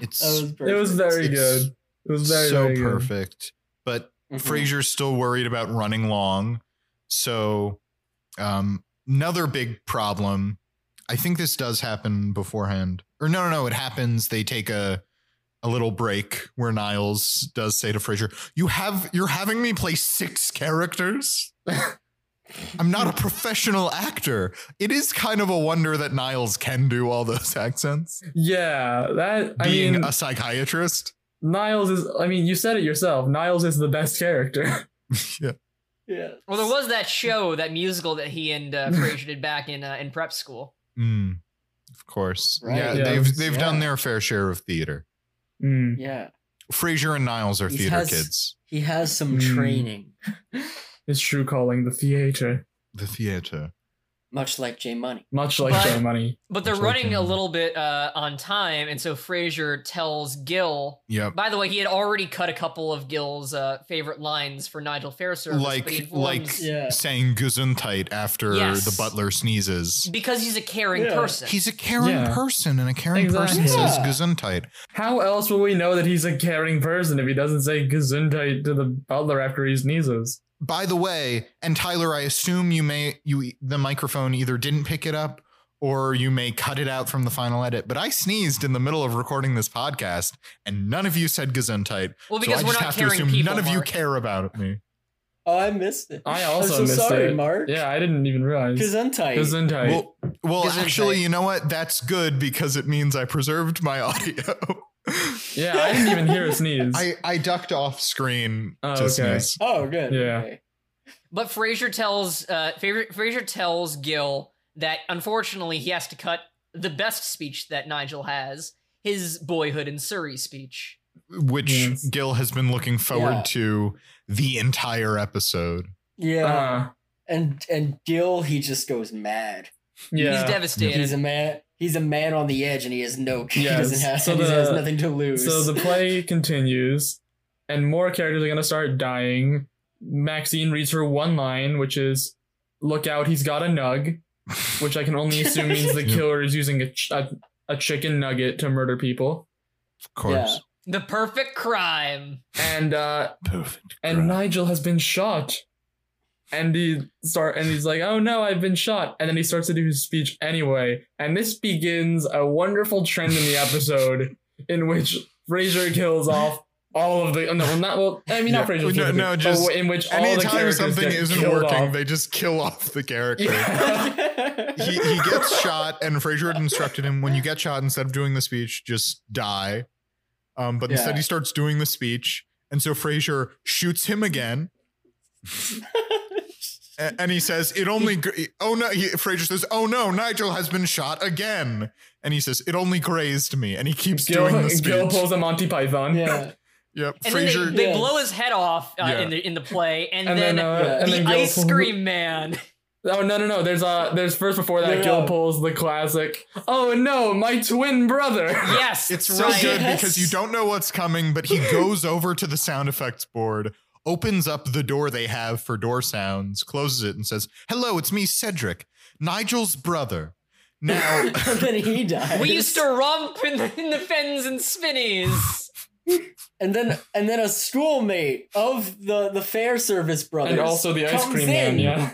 [SPEAKER 2] it's
[SPEAKER 3] That was
[SPEAKER 4] It was
[SPEAKER 3] perfect.
[SPEAKER 4] very
[SPEAKER 2] It's
[SPEAKER 4] good. It was very,
[SPEAKER 2] so
[SPEAKER 4] very good.
[SPEAKER 2] perfect. But
[SPEAKER 3] Mhm.
[SPEAKER 4] Mm-hmm.
[SPEAKER 2] Frasier's still worried about running long. So, um, another big problem. I think this does happen beforehand. Or no, no, no. It happens. They take a a little break where Niles does say to Frasier, "You have you're having me play six characters." I'm not a professional actor. It is kind of a wonder that Niles can do all those accents.
[SPEAKER 4] Yeah, that I
[SPEAKER 2] Being
[SPEAKER 4] mean,
[SPEAKER 2] a psychiatrist.
[SPEAKER 4] Niles is. I mean, you said it yourself. Niles is the best character.
[SPEAKER 2] yeah.
[SPEAKER 3] Yeah.
[SPEAKER 5] Well, there was that show, that musical that he and uh, Frasier did back in uh, in prep school.
[SPEAKER 2] Mm, of course.
[SPEAKER 3] Right.
[SPEAKER 2] Yeah,
[SPEAKER 4] Yeah.
[SPEAKER 2] they've they've
[SPEAKER 3] Yeah.
[SPEAKER 2] done their fair share of theater. Hmm.
[SPEAKER 4] Mm.
[SPEAKER 3] Yeah.
[SPEAKER 2] Frasier and Niles are
[SPEAKER 3] He
[SPEAKER 2] theater
[SPEAKER 3] has-
[SPEAKER 2] kids.
[SPEAKER 3] He has some
[SPEAKER 4] Hmm.
[SPEAKER 3] training,
[SPEAKER 4] It's true calling the theater,
[SPEAKER 2] The theater.
[SPEAKER 3] much like J Money.
[SPEAKER 4] much like
[SPEAKER 5] But-
[SPEAKER 4] Joe Money.
[SPEAKER 5] But they're
[SPEAKER 2] That's what I
[SPEAKER 5] running a
[SPEAKER 2] can-
[SPEAKER 5] little bit uh, on time, and so Frasier tells Gil.
[SPEAKER 2] Yep.
[SPEAKER 5] By the way, he had already cut a couple of Gil's uh, favorite lines for Nigel Fairservice, but he
[SPEAKER 2] Like like
[SPEAKER 5] informs-
[SPEAKER 3] Yeah.
[SPEAKER 2] saying Gesundheit after
[SPEAKER 5] Yes.
[SPEAKER 2] the butler sneezes.
[SPEAKER 5] because he's a caring
[SPEAKER 3] Yeah.
[SPEAKER 5] person.
[SPEAKER 2] He's a caring
[SPEAKER 4] Yeah.
[SPEAKER 2] person, and a caring
[SPEAKER 4] Exactly.
[SPEAKER 2] person says
[SPEAKER 3] Yeah.
[SPEAKER 2] Gesundheit.
[SPEAKER 4] How else will we know that he's a caring person if he doesn't say Gesundheit to the butler after he sneezes?
[SPEAKER 2] By the way, and Tyler, I assume you may you the microphone either didn't pick it up or you may cut it out from the final edit. But I sneezed in the middle of recording this podcast, and none of you said Gesundheit.
[SPEAKER 5] well, because
[SPEAKER 2] so I
[SPEAKER 5] we're
[SPEAKER 2] just
[SPEAKER 5] not
[SPEAKER 2] have to
[SPEAKER 5] caring
[SPEAKER 2] assume
[SPEAKER 5] people.
[SPEAKER 2] none of you
[SPEAKER 5] Mark.
[SPEAKER 2] care about me.
[SPEAKER 3] Oh, I missed it.
[SPEAKER 4] I
[SPEAKER 3] am
[SPEAKER 4] also
[SPEAKER 3] so
[SPEAKER 4] missed
[SPEAKER 3] sorry,
[SPEAKER 4] it.
[SPEAKER 3] Mark.
[SPEAKER 4] Yeah, I didn't even realize.
[SPEAKER 3] Gesundheit.
[SPEAKER 4] Gesundheit.
[SPEAKER 2] Well, well,
[SPEAKER 3] Gesundheit.
[SPEAKER 2] actually, you know what? That's good because it means I preserved my audio.
[SPEAKER 4] yeah, I didn't even hear a sneeze.
[SPEAKER 2] I, I ducked off screen
[SPEAKER 4] Oh,
[SPEAKER 2] to
[SPEAKER 4] okay.
[SPEAKER 2] sneeze.
[SPEAKER 3] Oh, good.
[SPEAKER 4] Yeah.
[SPEAKER 3] Okay.
[SPEAKER 5] But Frasier tells uh, Fra- Frasier tells Gil that unfortunately he has to cut the best speech that Nigel has, his boyhood in Surrey speech.
[SPEAKER 2] which
[SPEAKER 4] Yes.
[SPEAKER 2] Gil has been looking forward
[SPEAKER 3] Yeah.
[SPEAKER 2] to the entire episode.
[SPEAKER 3] Yeah.
[SPEAKER 4] Uh,
[SPEAKER 3] and and Gil, he just goes mad.
[SPEAKER 4] yeah.
[SPEAKER 5] He's devastated.
[SPEAKER 3] He's a man. He's a man on the edge, and he has no. He
[SPEAKER 4] Yes.
[SPEAKER 3] doesn't have.
[SPEAKER 4] So
[SPEAKER 3] he has
[SPEAKER 4] the-
[SPEAKER 3] nothing to lose.
[SPEAKER 4] So the play continues, and more characters are going to start dying. Maxine reads her one line, which is, "Look out, he's got a nug," which I can only assume means the
[SPEAKER 2] Yeah.
[SPEAKER 4] killer is using a, ch- a a chicken nugget to murder people.
[SPEAKER 2] Of course.
[SPEAKER 5] the perfect crime.
[SPEAKER 4] And uh,
[SPEAKER 2] Perfect.
[SPEAKER 4] and Nigel has been shot, and he start and he's like, "Oh no, I've been shot," and then he starts to do his speech anyway, and this begins a wonderful trend in the episode in which Frasier kills off. All of the no, well, not well. I mean, not
[SPEAKER 2] Yeah.
[SPEAKER 4] Frasier.
[SPEAKER 2] No,
[SPEAKER 4] specifically,
[SPEAKER 2] no, just
[SPEAKER 4] but in which all the
[SPEAKER 2] Anytime
[SPEAKER 4] characters
[SPEAKER 2] something
[SPEAKER 4] get
[SPEAKER 2] isn't
[SPEAKER 4] killed
[SPEAKER 2] working,
[SPEAKER 4] off.
[SPEAKER 2] they just kill off the character.
[SPEAKER 4] Yeah.
[SPEAKER 2] He, he gets shot, and Fraser had instructed him when you get shot, instead of doing the speech, just die. Um, but
[SPEAKER 3] Yeah.
[SPEAKER 2] instead, he starts doing the speech, and so Fraser shoots him again, a- and, he says, "It only." Gr- oh no! He, Fraser says, "Oh no! Nigel has been shot again," and he says, "It only grazed me," and he keeps
[SPEAKER 4] Gil,
[SPEAKER 2] doing the
[SPEAKER 4] Gil
[SPEAKER 2] speech.
[SPEAKER 4] pulls a Monty Python.
[SPEAKER 3] yeah.
[SPEAKER 2] yep,
[SPEAKER 5] And
[SPEAKER 2] Fraser.
[SPEAKER 5] then they, they
[SPEAKER 3] Yes.
[SPEAKER 5] blow his head off uh,
[SPEAKER 2] Yeah.
[SPEAKER 5] in the in the play, and,
[SPEAKER 4] And
[SPEAKER 5] then,
[SPEAKER 4] then, uh, and
[SPEAKER 5] the
[SPEAKER 4] then Gil
[SPEAKER 5] ice
[SPEAKER 4] pulls-
[SPEAKER 5] cream man.
[SPEAKER 4] Oh no no no! There's uh there's first before that
[SPEAKER 3] No,
[SPEAKER 4] Gil
[SPEAKER 3] no.
[SPEAKER 4] pulls the classic. Oh no, my twin brother.
[SPEAKER 5] Yes,
[SPEAKER 2] It's so
[SPEAKER 5] right.
[SPEAKER 2] good
[SPEAKER 3] Yes.
[SPEAKER 2] because you don't know what's coming, but he goes over to the sound effects board, opens up the door they have for door sounds, closes it, and says, Hello, it's me, Cedric, Nigel's brother. Now,
[SPEAKER 3] then he dies.
[SPEAKER 5] We used to romp in the, in the fens and spinnies.
[SPEAKER 3] and then and then a schoolmate of the the fair service brothers,
[SPEAKER 4] and Oh, also the ice
[SPEAKER 3] comes
[SPEAKER 4] cream man.
[SPEAKER 3] in,
[SPEAKER 4] Yeah,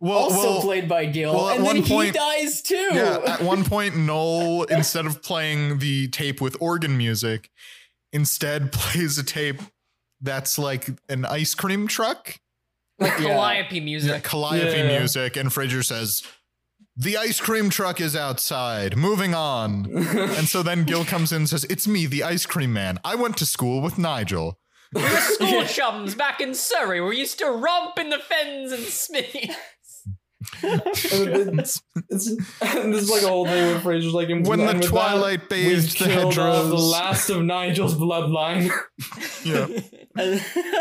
[SPEAKER 2] well,
[SPEAKER 3] also
[SPEAKER 2] well,
[SPEAKER 3] played by Gil,
[SPEAKER 2] well, at
[SPEAKER 3] and
[SPEAKER 2] one
[SPEAKER 3] then
[SPEAKER 2] point-
[SPEAKER 3] he dies too.
[SPEAKER 2] yeah. At one point, Noel, instead of playing the tape with organ music, instead plays a tape that's like an ice cream truck,
[SPEAKER 5] Like
[SPEAKER 3] Yeah.
[SPEAKER 5] Calliope
[SPEAKER 2] yeah,
[SPEAKER 5] music.
[SPEAKER 2] calliope
[SPEAKER 4] Yeah.
[SPEAKER 2] music, and Frazier says, "The ice cream truck is outside. Moving on." And so then Gil comes in and says, It's me, the ice cream man. I went to school with Nigel.
[SPEAKER 5] We were school chums back in Surrey. We used to romp in the fens and spinnies.
[SPEAKER 4] it's, it's, and this is like a whole thing where Fraser's like, and
[SPEAKER 2] When
[SPEAKER 4] and
[SPEAKER 2] the
[SPEAKER 4] with
[SPEAKER 2] twilight
[SPEAKER 4] that, we've
[SPEAKER 2] bathed the
[SPEAKER 4] killed off the
[SPEAKER 2] hedgerows.
[SPEAKER 4] last of Nigel's bloodline.
[SPEAKER 2] yeah,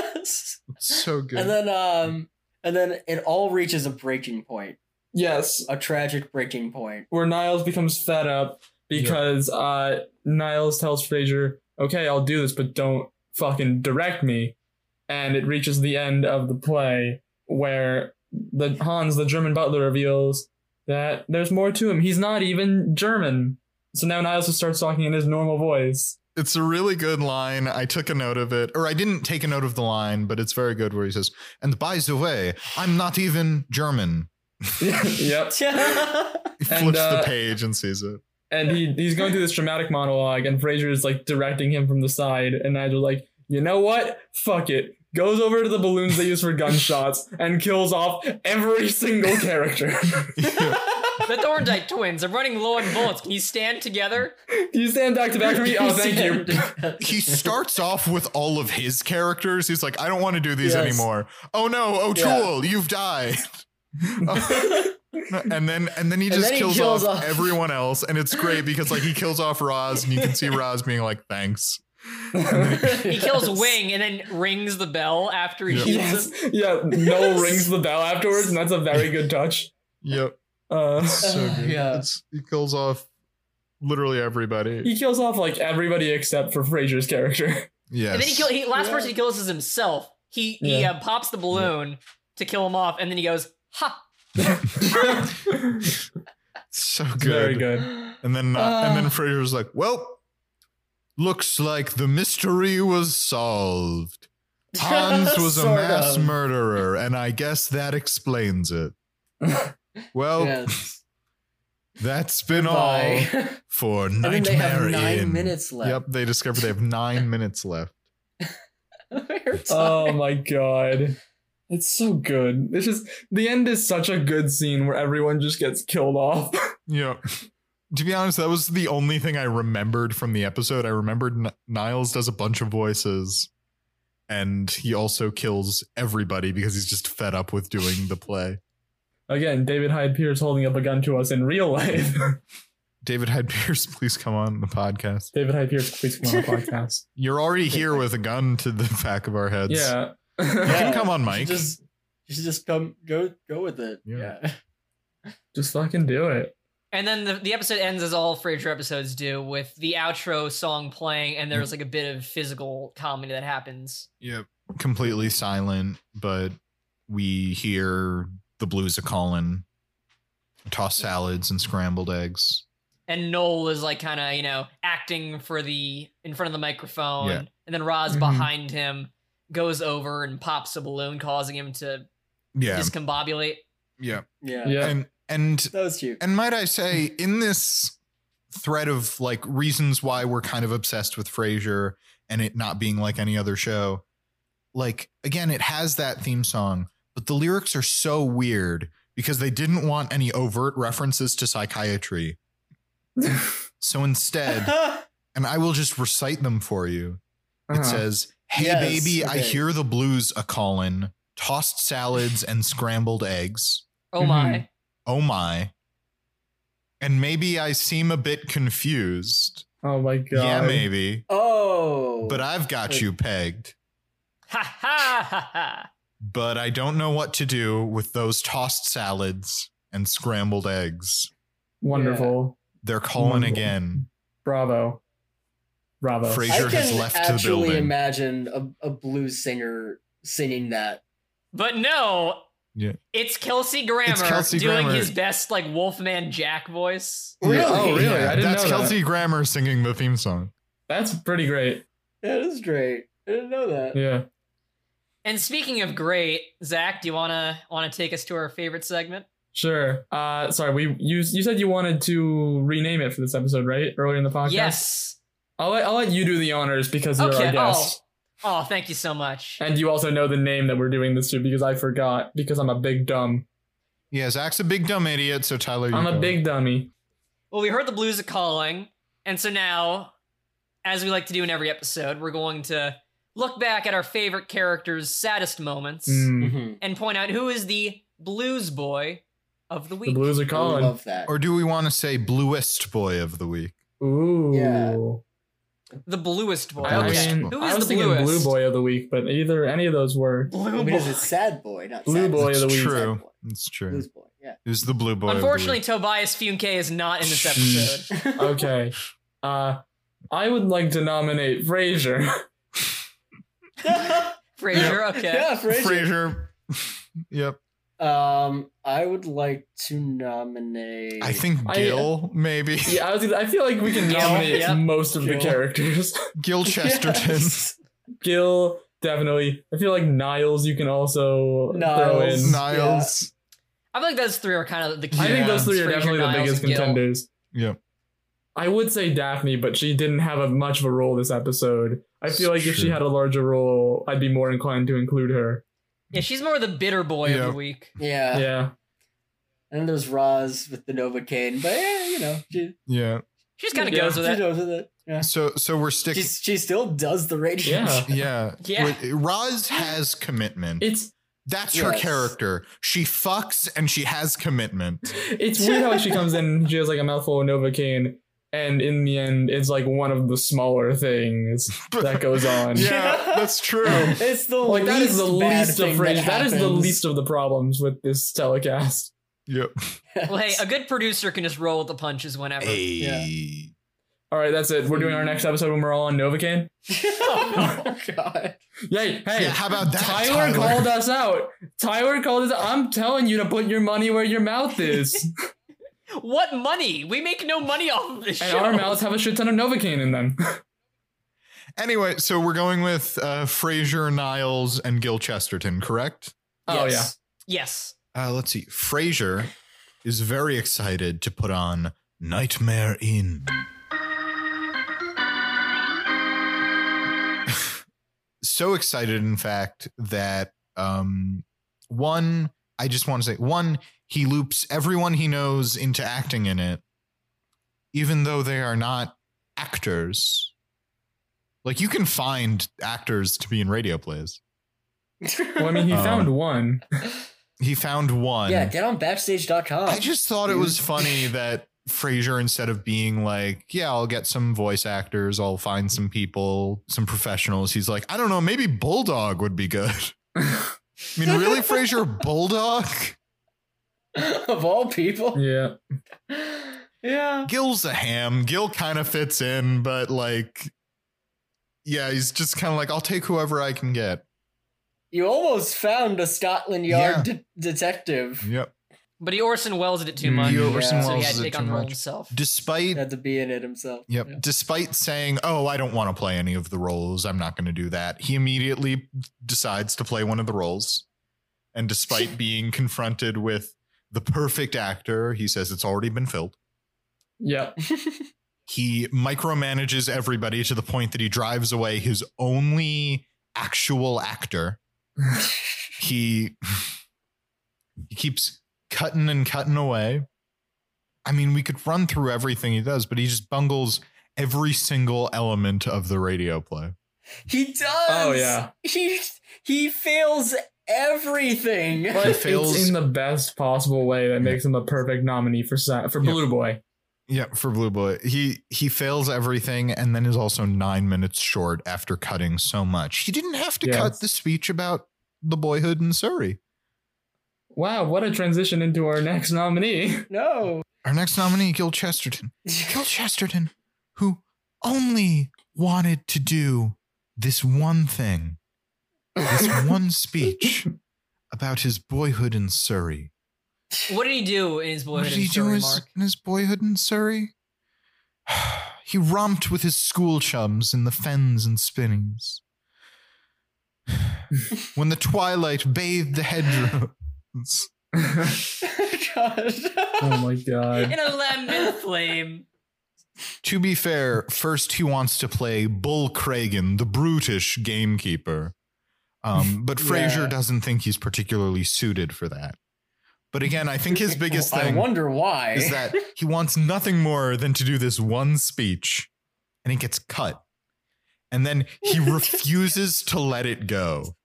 [SPEAKER 3] and,
[SPEAKER 2] so good.
[SPEAKER 3] and then um and then it all reaches a breaking point,
[SPEAKER 4] yes,
[SPEAKER 3] a tragic breaking point.
[SPEAKER 4] where Niles becomes fed up because uh, Niles tells Fraser, "Okay, I'll do this, but don't fucking direct me." And it reaches the end of the play where the Hans, the German butler, reveals that there's more to him. He's not even German. So now Niles just starts talking in his normal voice.
[SPEAKER 2] it's a really good line. I took a note of it, or I didn't take a note of the line, but it's very good where he says, And by the way, I'm not even German.
[SPEAKER 4] yep.
[SPEAKER 2] He flips
[SPEAKER 4] And, uh,
[SPEAKER 2] the page and sees it.
[SPEAKER 4] and he he's going through this dramatic monologue, and Fraser is like directing him from the side, and Nigel's like, you know what? Fuck it. Goes over to the balloons they use for gunshots and kills off every single character.
[SPEAKER 5] The Thorndike twins are running low on bullets. Can you stand together?
[SPEAKER 4] you stand back to back for me. Oh, thank you.
[SPEAKER 2] he starts off with all of his characters. He's like, I don't want to do these
[SPEAKER 4] Yes.
[SPEAKER 2] anymore. Oh no, O'Toole, you've died. and then and then he
[SPEAKER 3] And
[SPEAKER 2] just
[SPEAKER 3] then he
[SPEAKER 2] kills,
[SPEAKER 3] kills
[SPEAKER 2] off,
[SPEAKER 3] off-
[SPEAKER 2] everyone else, and it's great because like he kills off Roz, and you can see Roz being like, "Thanks." And then-
[SPEAKER 5] He kills Wing and then rings the bell after he
[SPEAKER 2] Yeah.
[SPEAKER 5] shoots
[SPEAKER 4] Yes.
[SPEAKER 5] him.
[SPEAKER 4] Yeah. Noel rings the bell afterwards, and that's a very good touch.
[SPEAKER 2] yep,
[SPEAKER 4] Uh,
[SPEAKER 2] so good.
[SPEAKER 3] Yeah.
[SPEAKER 2] It's, he kills off literally everybody.
[SPEAKER 4] he kills off like everybody except for Fraser's character.
[SPEAKER 2] Yes.
[SPEAKER 5] And then he kill he last
[SPEAKER 3] Yeah.
[SPEAKER 5] person he kills is himself. He he
[SPEAKER 4] Yeah.
[SPEAKER 5] uh, pops the balloon to kill him off, and then he goes, "Ha!"
[SPEAKER 4] It's
[SPEAKER 2] so good.
[SPEAKER 4] Very good.
[SPEAKER 2] And then uh, and then Fraser's like, "Well, looks like the mystery was solved." Hans was a
[SPEAKER 3] Sort
[SPEAKER 2] mass
[SPEAKER 3] of.
[SPEAKER 2] murderer, and I guess that explains it. Well,
[SPEAKER 3] Yes.
[SPEAKER 2] that's been all
[SPEAKER 3] Bye.
[SPEAKER 2] for
[SPEAKER 3] I think they
[SPEAKER 2] Nightmare
[SPEAKER 3] have nine
[SPEAKER 2] Inn.
[SPEAKER 3] minutes left.
[SPEAKER 2] Yep, they discover they have nine minutes left.
[SPEAKER 5] Uh,
[SPEAKER 3] We're tired.
[SPEAKER 4] Oh my god. It's so good. It's just the end is such a good scene where everyone just gets killed off.
[SPEAKER 2] Yep. To be honest, that was the only thing I remembered from the episode. I remembered N- Niles does a bunch of voices, and he also kills everybody because he's just fed up with doing the play.
[SPEAKER 4] Again, David Hyde Pierce holding up a gun to us in real life.
[SPEAKER 2] David Hyde Pierce, please come on the podcast.
[SPEAKER 4] David Hyde Pierce, please come on the podcast.
[SPEAKER 2] You're already here with a gun to the back of our heads.
[SPEAKER 4] Yeah.
[SPEAKER 2] You can
[SPEAKER 3] Yeah.
[SPEAKER 2] come on,
[SPEAKER 3] You should
[SPEAKER 2] Mike.
[SPEAKER 3] Just, you should just come, go, go with it.
[SPEAKER 2] Yeah.
[SPEAKER 3] yeah.
[SPEAKER 4] just fucking do it.
[SPEAKER 5] And then the, the episode ends as all Frasier episodes do, with the outro song playing, and
[SPEAKER 2] Mm.
[SPEAKER 5] there's like a bit of physical comedy that happens.
[SPEAKER 2] Yep. Completely silent, but we hear the blues a calling, tossed salads and scrambled eggs.
[SPEAKER 5] and Noel is like kind of you know acting for the in front of the microphone,
[SPEAKER 2] Yeah.
[SPEAKER 5] and then Roz
[SPEAKER 4] Mhm.
[SPEAKER 5] behind him goes over and pops a balloon, causing him to
[SPEAKER 2] Yeah.
[SPEAKER 5] discombobulate.
[SPEAKER 2] Yeah.
[SPEAKER 3] Yeah.
[SPEAKER 4] Yeah.
[SPEAKER 2] And and
[SPEAKER 3] That was cute.
[SPEAKER 2] and might I say in this thread of like reasons why we're kind of obsessed with Frasier and it not being like any other show, like again, it has that theme song, but the lyrics are so weird because they didn't want any overt references to psychiatry. so instead, and I will just recite them for you.
[SPEAKER 4] Uh-huh.
[SPEAKER 2] It says, Hey
[SPEAKER 3] Yes,
[SPEAKER 2] baby, I
[SPEAKER 3] okay.
[SPEAKER 2] hear the blues a callin', tossed salads and scrambled eggs.
[SPEAKER 5] Oh
[SPEAKER 4] Mhm.
[SPEAKER 5] my!
[SPEAKER 2] Oh my. And maybe I seem a bit confused.
[SPEAKER 4] oh my god.
[SPEAKER 2] Yeah, maybe.
[SPEAKER 3] oh.
[SPEAKER 2] But I've got you pegged.
[SPEAKER 5] Ha ha ha ha!
[SPEAKER 2] But I don't know what to do with those tossed salads and scrambled eggs.
[SPEAKER 4] Wonderful.
[SPEAKER 2] They're calling
[SPEAKER 4] Wonderful.
[SPEAKER 2] again.
[SPEAKER 4] Bravo. Bravo.
[SPEAKER 2] Fra-
[SPEAKER 3] I
[SPEAKER 2] Frasier has
[SPEAKER 3] can
[SPEAKER 2] left the
[SPEAKER 3] actually
[SPEAKER 2] building.
[SPEAKER 3] imagine a, a blues singer singing that.
[SPEAKER 5] But no,
[SPEAKER 2] Yeah.
[SPEAKER 5] It's Kelsey Grammer
[SPEAKER 2] Kelsey
[SPEAKER 5] doing
[SPEAKER 2] Grammer.
[SPEAKER 5] his best like Wolfman Jack voice.
[SPEAKER 4] Really? Oh, really? I didn't
[SPEAKER 2] That's
[SPEAKER 4] know that.
[SPEAKER 2] Kelsey Grammer singing the theme song.
[SPEAKER 4] That's pretty great.
[SPEAKER 3] That is great. I didn't know that.
[SPEAKER 5] Mm.
[SPEAKER 4] Yeah.
[SPEAKER 5] And speaking of great, Zach, do you wanna wanna take us to our favorite segment?
[SPEAKER 4] Sure. Uh, sorry. We you you said you wanted to rename it for this episode, right? Earlier in the podcast.
[SPEAKER 5] Yes.
[SPEAKER 4] I'll let, I'll let you do the honors because you're
[SPEAKER 5] Okay.
[SPEAKER 4] our
[SPEAKER 5] Oh.
[SPEAKER 4] guest,
[SPEAKER 5] Oh, thank you so much.
[SPEAKER 4] and you also know the name that we're doing this to because I forgot because I'm a big dumb.
[SPEAKER 2] Yeah, Zach's a big dumb idiot, so Tyler, you
[SPEAKER 4] I'm a
[SPEAKER 2] go.
[SPEAKER 4] big dummy.
[SPEAKER 5] Well, we heard the blues are calling, and so now, as we like to do in every episode, we're going to look back at our favorite characters' saddest moments
[SPEAKER 4] Mm.
[SPEAKER 3] Mhm.
[SPEAKER 5] and point out who is the blues boy of the
[SPEAKER 4] The
[SPEAKER 5] week.
[SPEAKER 4] blues are
[SPEAKER 3] I
[SPEAKER 4] calling.
[SPEAKER 3] love that.
[SPEAKER 2] Or do we want to say bluest boy of the week?
[SPEAKER 4] Ooh.
[SPEAKER 3] Yeah.
[SPEAKER 5] The bluest boy.
[SPEAKER 2] I
[SPEAKER 4] I,
[SPEAKER 5] Okay.
[SPEAKER 4] mean,
[SPEAKER 5] Who
[SPEAKER 4] I
[SPEAKER 5] is
[SPEAKER 4] was
[SPEAKER 5] the
[SPEAKER 4] thinking blue
[SPEAKER 5] bluest?
[SPEAKER 4] boy of the week, but either any of those were.
[SPEAKER 5] Blue
[SPEAKER 3] I mean, it's a sad boy, not
[SPEAKER 4] Blue
[SPEAKER 3] sad
[SPEAKER 4] boy of
[SPEAKER 2] It's
[SPEAKER 4] the week.
[SPEAKER 2] true.
[SPEAKER 3] Sad boy.
[SPEAKER 2] It's true.
[SPEAKER 3] Blues boy. Yeah.
[SPEAKER 2] Who's the blue boy? of the
[SPEAKER 5] Unfortunately,
[SPEAKER 2] week?
[SPEAKER 5] Tobias Funke is not in this episode.
[SPEAKER 4] Okay. Uh, I would like to nominate Frasier.
[SPEAKER 5] Fraser, okay.
[SPEAKER 3] Yeah, Frasier.
[SPEAKER 2] Frasier. yep.
[SPEAKER 3] Um, I would like to nominate.
[SPEAKER 2] I think
[SPEAKER 4] I-
[SPEAKER 2] Gil, maybe.
[SPEAKER 4] yeah, I, was, I feel like we can
[SPEAKER 5] Gil,
[SPEAKER 4] nominate
[SPEAKER 5] yeah.
[SPEAKER 4] most of the
[SPEAKER 3] Gil.
[SPEAKER 4] characters.
[SPEAKER 2] Gil Chesterton.
[SPEAKER 3] Yes.
[SPEAKER 4] Gil, definitely. I feel like Niles, you can also
[SPEAKER 3] Niles.
[SPEAKER 4] throw in.
[SPEAKER 2] Niles.
[SPEAKER 5] I feel like those three are kind of the key.
[SPEAKER 4] I think those
[SPEAKER 5] ones,
[SPEAKER 4] three are
[SPEAKER 5] Frasier,
[SPEAKER 4] definitely the
[SPEAKER 5] Niles,
[SPEAKER 4] biggest
[SPEAKER 5] and Gil.
[SPEAKER 4] contenders.
[SPEAKER 2] Yep.
[SPEAKER 4] I would say Daphne, but she didn't have a much of a role this episode. I feel like if she
[SPEAKER 2] True.
[SPEAKER 4] had a larger role, I'd be more inclined to include her.
[SPEAKER 5] Yeah, she's more the bitter boy
[SPEAKER 2] Yeah.
[SPEAKER 5] of the week.
[SPEAKER 3] Yeah.
[SPEAKER 4] yeah.
[SPEAKER 3] And then there's Roz with the Novocaine, but yeah, you know, she,
[SPEAKER 2] Yeah.
[SPEAKER 5] She just kind of
[SPEAKER 4] Yeah.
[SPEAKER 5] goes with
[SPEAKER 3] she
[SPEAKER 5] it.
[SPEAKER 3] knows that. Yeah.
[SPEAKER 2] So so we're sticking.
[SPEAKER 3] She's, she still does the radio.
[SPEAKER 4] Yeah.
[SPEAKER 2] yeah.
[SPEAKER 5] Yeah.
[SPEAKER 2] Wait, Roz has commitment.
[SPEAKER 4] It's
[SPEAKER 2] That's her
[SPEAKER 3] Yes.
[SPEAKER 2] character. She fucks and she has commitment.
[SPEAKER 4] it's weird how she comes in, she has like a mouthful of Novocaine, and in the end, it's like one of the smaller things that goes on.
[SPEAKER 2] yeah, that's true.
[SPEAKER 3] It's the
[SPEAKER 4] Like
[SPEAKER 3] least
[SPEAKER 4] that is the
[SPEAKER 3] bad
[SPEAKER 4] least of
[SPEAKER 3] thing
[SPEAKER 4] Frasier.
[SPEAKER 3] that
[SPEAKER 4] That is the
[SPEAKER 3] happens.
[SPEAKER 4] least of the problems with this telecast.
[SPEAKER 2] Yep.
[SPEAKER 5] Well, hey, a good producer can just roll with the punches whenever.
[SPEAKER 2] Hey.
[SPEAKER 4] All right, that's it. We're doing our next episode when we're all on Novocaine.
[SPEAKER 3] oh god.
[SPEAKER 4] Yay! Hey,
[SPEAKER 2] Yeah, how about that?
[SPEAKER 4] Tyler, called us out. Tyler called us. I'm telling you to put your money where your mouth is,
[SPEAKER 5] What money? We make no money off of this
[SPEAKER 4] and
[SPEAKER 5] show.
[SPEAKER 4] our mouths have a shit ton of Novocaine in them.
[SPEAKER 2] Anyway, so we're going with uh, Fraser Niles and Gil Chesterton, correct?
[SPEAKER 4] Oh yeah,
[SPEAKER 3] Yes.
[SPEAKER 5] Yes.
[SPEAKER 2] Uh, let's see. Fraser is very excited to put on Nightmare Inn. so excited, in fact, that um, one, I just want to say, one, he loops everyone he knows into acting in it, even though they are not actors. Like, you can find actors to be in radio plays.
[SPEAKER 4] Well, I mean, he
[SPEAKER 2] Um,
[SPEAKER 4] found one.
[SPEAKER 2] He found one.
[SPEAKER 3] Yeah, get on backstage.com.
[SPEAKER 2] I just thought it
[SPEAKER 3] dude.
[SPEAKER 2] was funny that Frasier, instead of being like, "Yeah, I'll get some voice actors, I'll find some people, some professionals," he's like, "I don't know, maybe Bulldog would be good." I mean, really, Frasier, Bulldog?
[SPEAKER 3] of all people.
[SPEAKER 4] Yeah,
[SPEAKER 3] Yeah.
[SPEAKER 2] Gil's a ham. Gil kind of fits in, but like, yeah, he's just kind of like, "I'll take whoever I can get."
[SPEAKER 3] You almost found a Scotland Yard de- detective.
[SPEAKER 2] Yep.
[SPEAKER 5] But he Orson Welles it too
[SPEAKER 4] Mm,
[SPEAKER 5] much.
[SPEAKER 2] He Orson
[SPEAKER 3] Yeah.
[SPEAKER 5] so he
[SPEAKER 2] Welles
[SPEAKER 5] had
[SPEAKER 2] is
[SPEAKER 5] to
[SPEAKER 2] it
[SPEAKER 5] take
[SPEAKER 2] too
[SPEAKER 5] on the role
[SPEAKER 2] much.
[SPEAKER 5] himself.
[SPEAKER 2] Despite
[SPEAKER 3] Had to be in it himself.
[SPEAKER 2] Yep.
[SPEAKER 3] Yeah.
[SPEAKER 2] Despite saying, "Oh, I don't want to play any of the roles. I'm not going to do that." He immediately decides to play one of the roles. And despite being confronted with the perfect actor, he says it's already been filled.
[SPEAKER 4] yeah.
[SPEAKER 2] He micromanages everybody to the point that he drives away his only actual actor. he he keeps cutting and cutting away. I mean, we could run through everything he does, but he just bungles every single element of the radio play.
[SPEAKER 3] He does.
[SPEAKER 4] Oh, yeah.
[SPEAKER 3] He he fails everything.
[SPEAKER 4] But
[SPEAKER 2] He fails-
[SPEAKER 4] it's in the best possible way that makes him the perfect nominee for Sa- for
[SPEAKER 2] Yeah.
[SPEAKER 4] Blue Boy.
[SPEAKER 2] Yeah, for Blue Boy, he he fails everything, and then is also nine minutes short after cutting so much. He didn't have to
[SPEAKER 4] Yeah.
[SPEAKER 2] cut the speech about the boyhood in Surrey.
[SPEAKER 4] Wow, what a transition into our next nominee.
[SPEAKER 3] No.
[SPEAKER 2] Our next nominee, Gil Chesterton. Gil Chesterton, who only wanted to do this one thing, this one speech. about his boyhood in Surrey.
[SPEAKER 5] What did he do in his
[SPEAKER 2] What
[SPEAKER 5] boyhood?
[SPEAKER 2] did he
[SPEAKER 5] in
[SPEAKER 2] do
[SPEAKER 5] Surrey,
[SPEAKER 2] his-
[SPEAKER 5] Mark?
[SPEAKER 2] in his boyhood in Surrey? he romped with his school chums in the fens and spinnings. when the twilight bathed the hedgerows.
[SPEAKER 3] God.
[SPEAKER 4] oh my god.
[SPEAKER 5] In a lemon flame.
[SPEAKER 2] To be fair, first he wants to play Bull Cragen, the brutish gamekeeper. Um, but Fraser
[SPEAKER 3] Yeah.
[SPEAKER 2] doesn't think he's particularly suited for that. But again, I think his biggest
[SPEAKER 3] I
[SPEAKER 2] thing
[SPEAKER 3] wonder why.
[SPEAKER 2] is that he wants nothing more than to do this one speech and it gets cut. And then he refuses to let it go.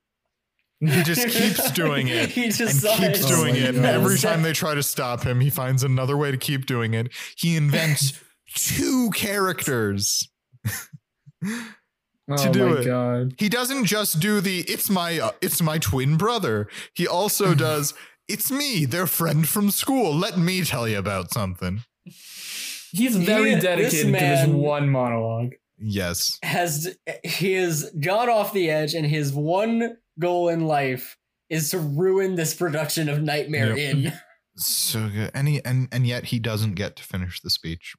[SPEAKER 2] He just keeps doing it
[SPEAKER 3] he just
[SPEAKER 2] and keeps
[SPEAKER 4] Oh
[SPEAKER 2] doing
[SPEAKER 4] my
[SPEAKER 2] it. And
[SPEAKER 4] God.
[SPEAKER 2] every time they try to stop him, he finds another way to keep doing it. He invents two characters.
[SPEAKER 4] Oh
[SPEAKER 2] To do
[SPEAKER 4] my
[SPEAKER 2] it.
[SPEAKER 4] god.
[SPEAKER 2] He doesn't just do the "it's my uh, it's my twin brother." He also does "it's me, their friend from school." Let me tell you about something.
[SPEAKER 4] He's
[SPEAKER 3] He-
[SPEAKER 4] very
[SPEAKER 3] this
[SPEAKER 4] dedicated to this
[SPEAKER 3] man-
[SPEAKER 4] one monologue.
[SPEAKER 2] Yes,
[SPEAKER 3] has his got off the edge, and his one goal in life is to ruin this production of Nightmare
[SPEAKER 2] Yep.
[SPEAKER 3] Inn.
[SPEAKER 2] so good. And he, and and yet he doesn't get to finish the speech.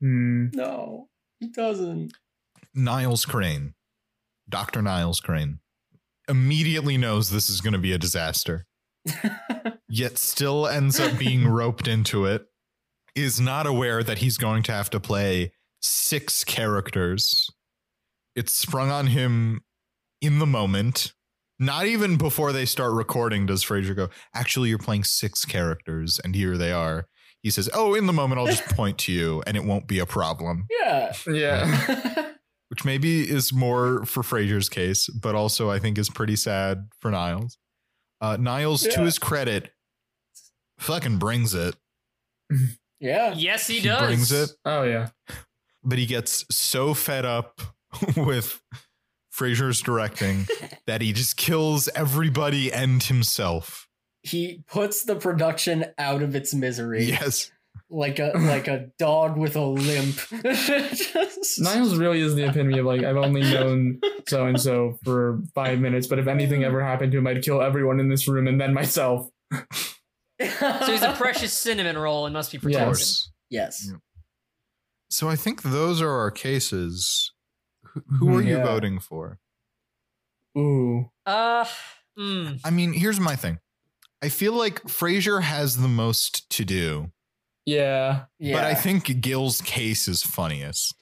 [SPEAKER 4] Hmm.
[SPEAKER 3] No, he doesn't.
[SPEAKER 2] Niles Crane, Doctor Niles Crane, immediately knows this is going to be a disaster. yet still ends up being roped into it, is not aware that he's going to have to play six characters. It's sprung on him in the moment. Not even before they start recording does Fraser go, actually, you're playing six characters, and here they are. He says, Oh, in the moment, I'll just point to you and it won't be a problem.
[SPEAKER 3] Yeah.
[SPEAKER 4] Yeah.
[SPEAKER 2] Which maybe is more for Fraser's case, but also I think is pretty sad for Niles. Uh, Niles, to
[SPEAKER 3] Yeah.
[SPEAKER 2] his credit, fucking brings it.
[SPEAKER 3] yeah.
[SPEAKER 5] Yes, he, does.
[SPEAKER 2] brings it,
[SPEAKER 4] Oh yeah.
[SPEAKER 2] but he gets so fed up with Fraser's directing that he just kills everybody and himself.
[SPEAKER 3] He puts the production out of its misery.
[SPEAKER 2] Yes.
[SPEAKER 3] Like a like a dog with a limp. Just-
[SPEAKER 4] Niles really is the epitome of like I've only known so and so for five minutes, but if anything ever happened to him, I'd kill everyone in this room and then myself.
[SPEAKER 5] So he's a precious cinnamon roll and must be
[SPEAKER 2] Of
[SPEAKER 5] protected.
[SPEAKER 2] course.
[SPEAKER 3] yes.
[SPEAKER 2] So I think those are our cases. Who, who
[SPEAKER 4] Mhm.
[SPEAKER 2] are you
[SPEAKER 3] Yeah.
[SPEAKER 2] voting for?
[SPEAKER 4] Ooh.
[SPEAKER 5] Uh, mm,
[SPEAKER 2] I mean, here's my thing. I feel like Fraser has the most to do,
[SPEAKER 4] Yeah.
[SPEAKER 3] Yeah.
[SPEAKER 2] but I think Gil's case is funniest.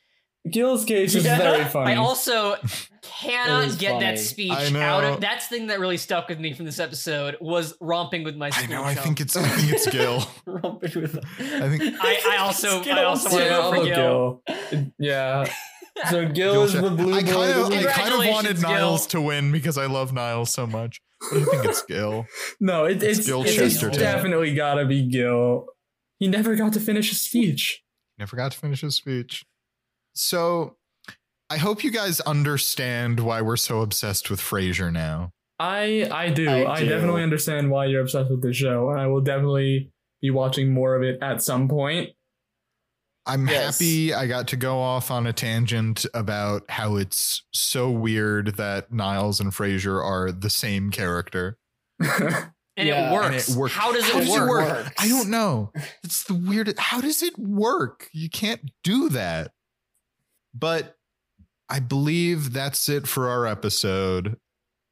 [SPEAKER 4] Gil's case is
[SPEAKER 3] Yeah.
[SPEAKER 4] very funny.
[SPEAKER 5] I also
[SPEAKER 3] It
[SPEAKER 5] cannot
[SPEAKER 3] was
[SPEAKER 5] get
[SPEAKER 3] funny.
[SPEAKER 5] that speech
[SPEAKER 2] I know.
[SPEAKER 5] out of. That's the thing that really stuck with me from this episode was romping with my.
[SPEAKER 2] I know.
[SPEAKER 5] school
[SPEAKER 2] I
[SPEAKER 5] chum.
[SPEAKER 2] think it's. I think it's Gil.
[SPEAKER 3] Romping with
[SPEAKER 2] I think-
[SPEAKER 5] I- I also- I also
[SPEAKER 4] yeah,
[SPEAKER 5] wanna
[SPEAKER 4] I'll
[SPEAKER 5] vote for
[SPEAKER 4] vote Gil. Yeah. So Gil is the blue
[SPEAKER 2] I
[SPEAKER 4] boy
[SPEAKER 2] kind
[SPEAKER 4] of
[SPEAKER 2] of,
[SPEAKER 4] the
[SPEAKER 2] I
[SPEAKER 4] week.
[SPEAKER 2] kind of wanted
[SPEAKER 5] Congratulations, Gil.
[SPEAKER 2] Niles to win because I love Niles so much. But I think it's Gil.
[SPEAKER 4] No, it, it's,
[SPEAKER 2] Gil
[SPEAKER 4] it's
[SPEAKER 2] Chesterton.
[SPEAKER 4] definitely gotta be Gil. He never got to finish a speech.
[SPEAKER 2] Never got to finish his speech. So I hope you guys understand why we're so obsessed with Frasier now.
[SPEAKER 4] I I do.
[SPEAKER 3] I
[SPEAKER 4] I,
[SPEAKER 3] do.
[SPEAKER 4] definitely understand why you're obsessed with this show, and I will definitely be watching more of it at some point.
[SPEAKER 2] I'm
[SPEAKER 3] Yes.
[SPEAKER 2] happy I got to go off on a tangent about how it's so weird that Niles and Frasier are the same character.
[SPEAKER 5] and
[SPEAKER 3] Yeah.
[SPEAKER 5] it works.
[SPEAKER 2] And it works.
[SPEAKER 5] How does it
[SPEAKER 2] How does it
[SPEAKER 5] work?
[SPEAKER 2] work? I don't know. It's the weirdest. How does it work? You can't do that. But I believe that's it for our episode.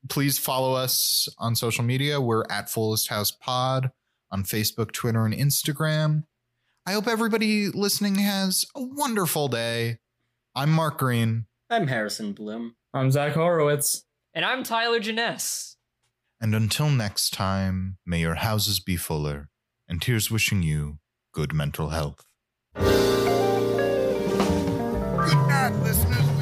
[SPEAKER 2] Please follow us on social media. We're at Fullest House Pod on Facebook, Twitter, and Instagram. I hope everybody listening has a wonderful day. I'm Mark Green,
[SPEAKER 3] I'm Harrison Bloom.
[SPEAKER 4] I'm Zach Horowitz.
[SPEAKER 5] And I'm Tyler Janess.
[SPEAKER 2] and until next time, may your houses be fuller. And here's wishing you good mental health.
[SPEAKER 1] Good night, listeners.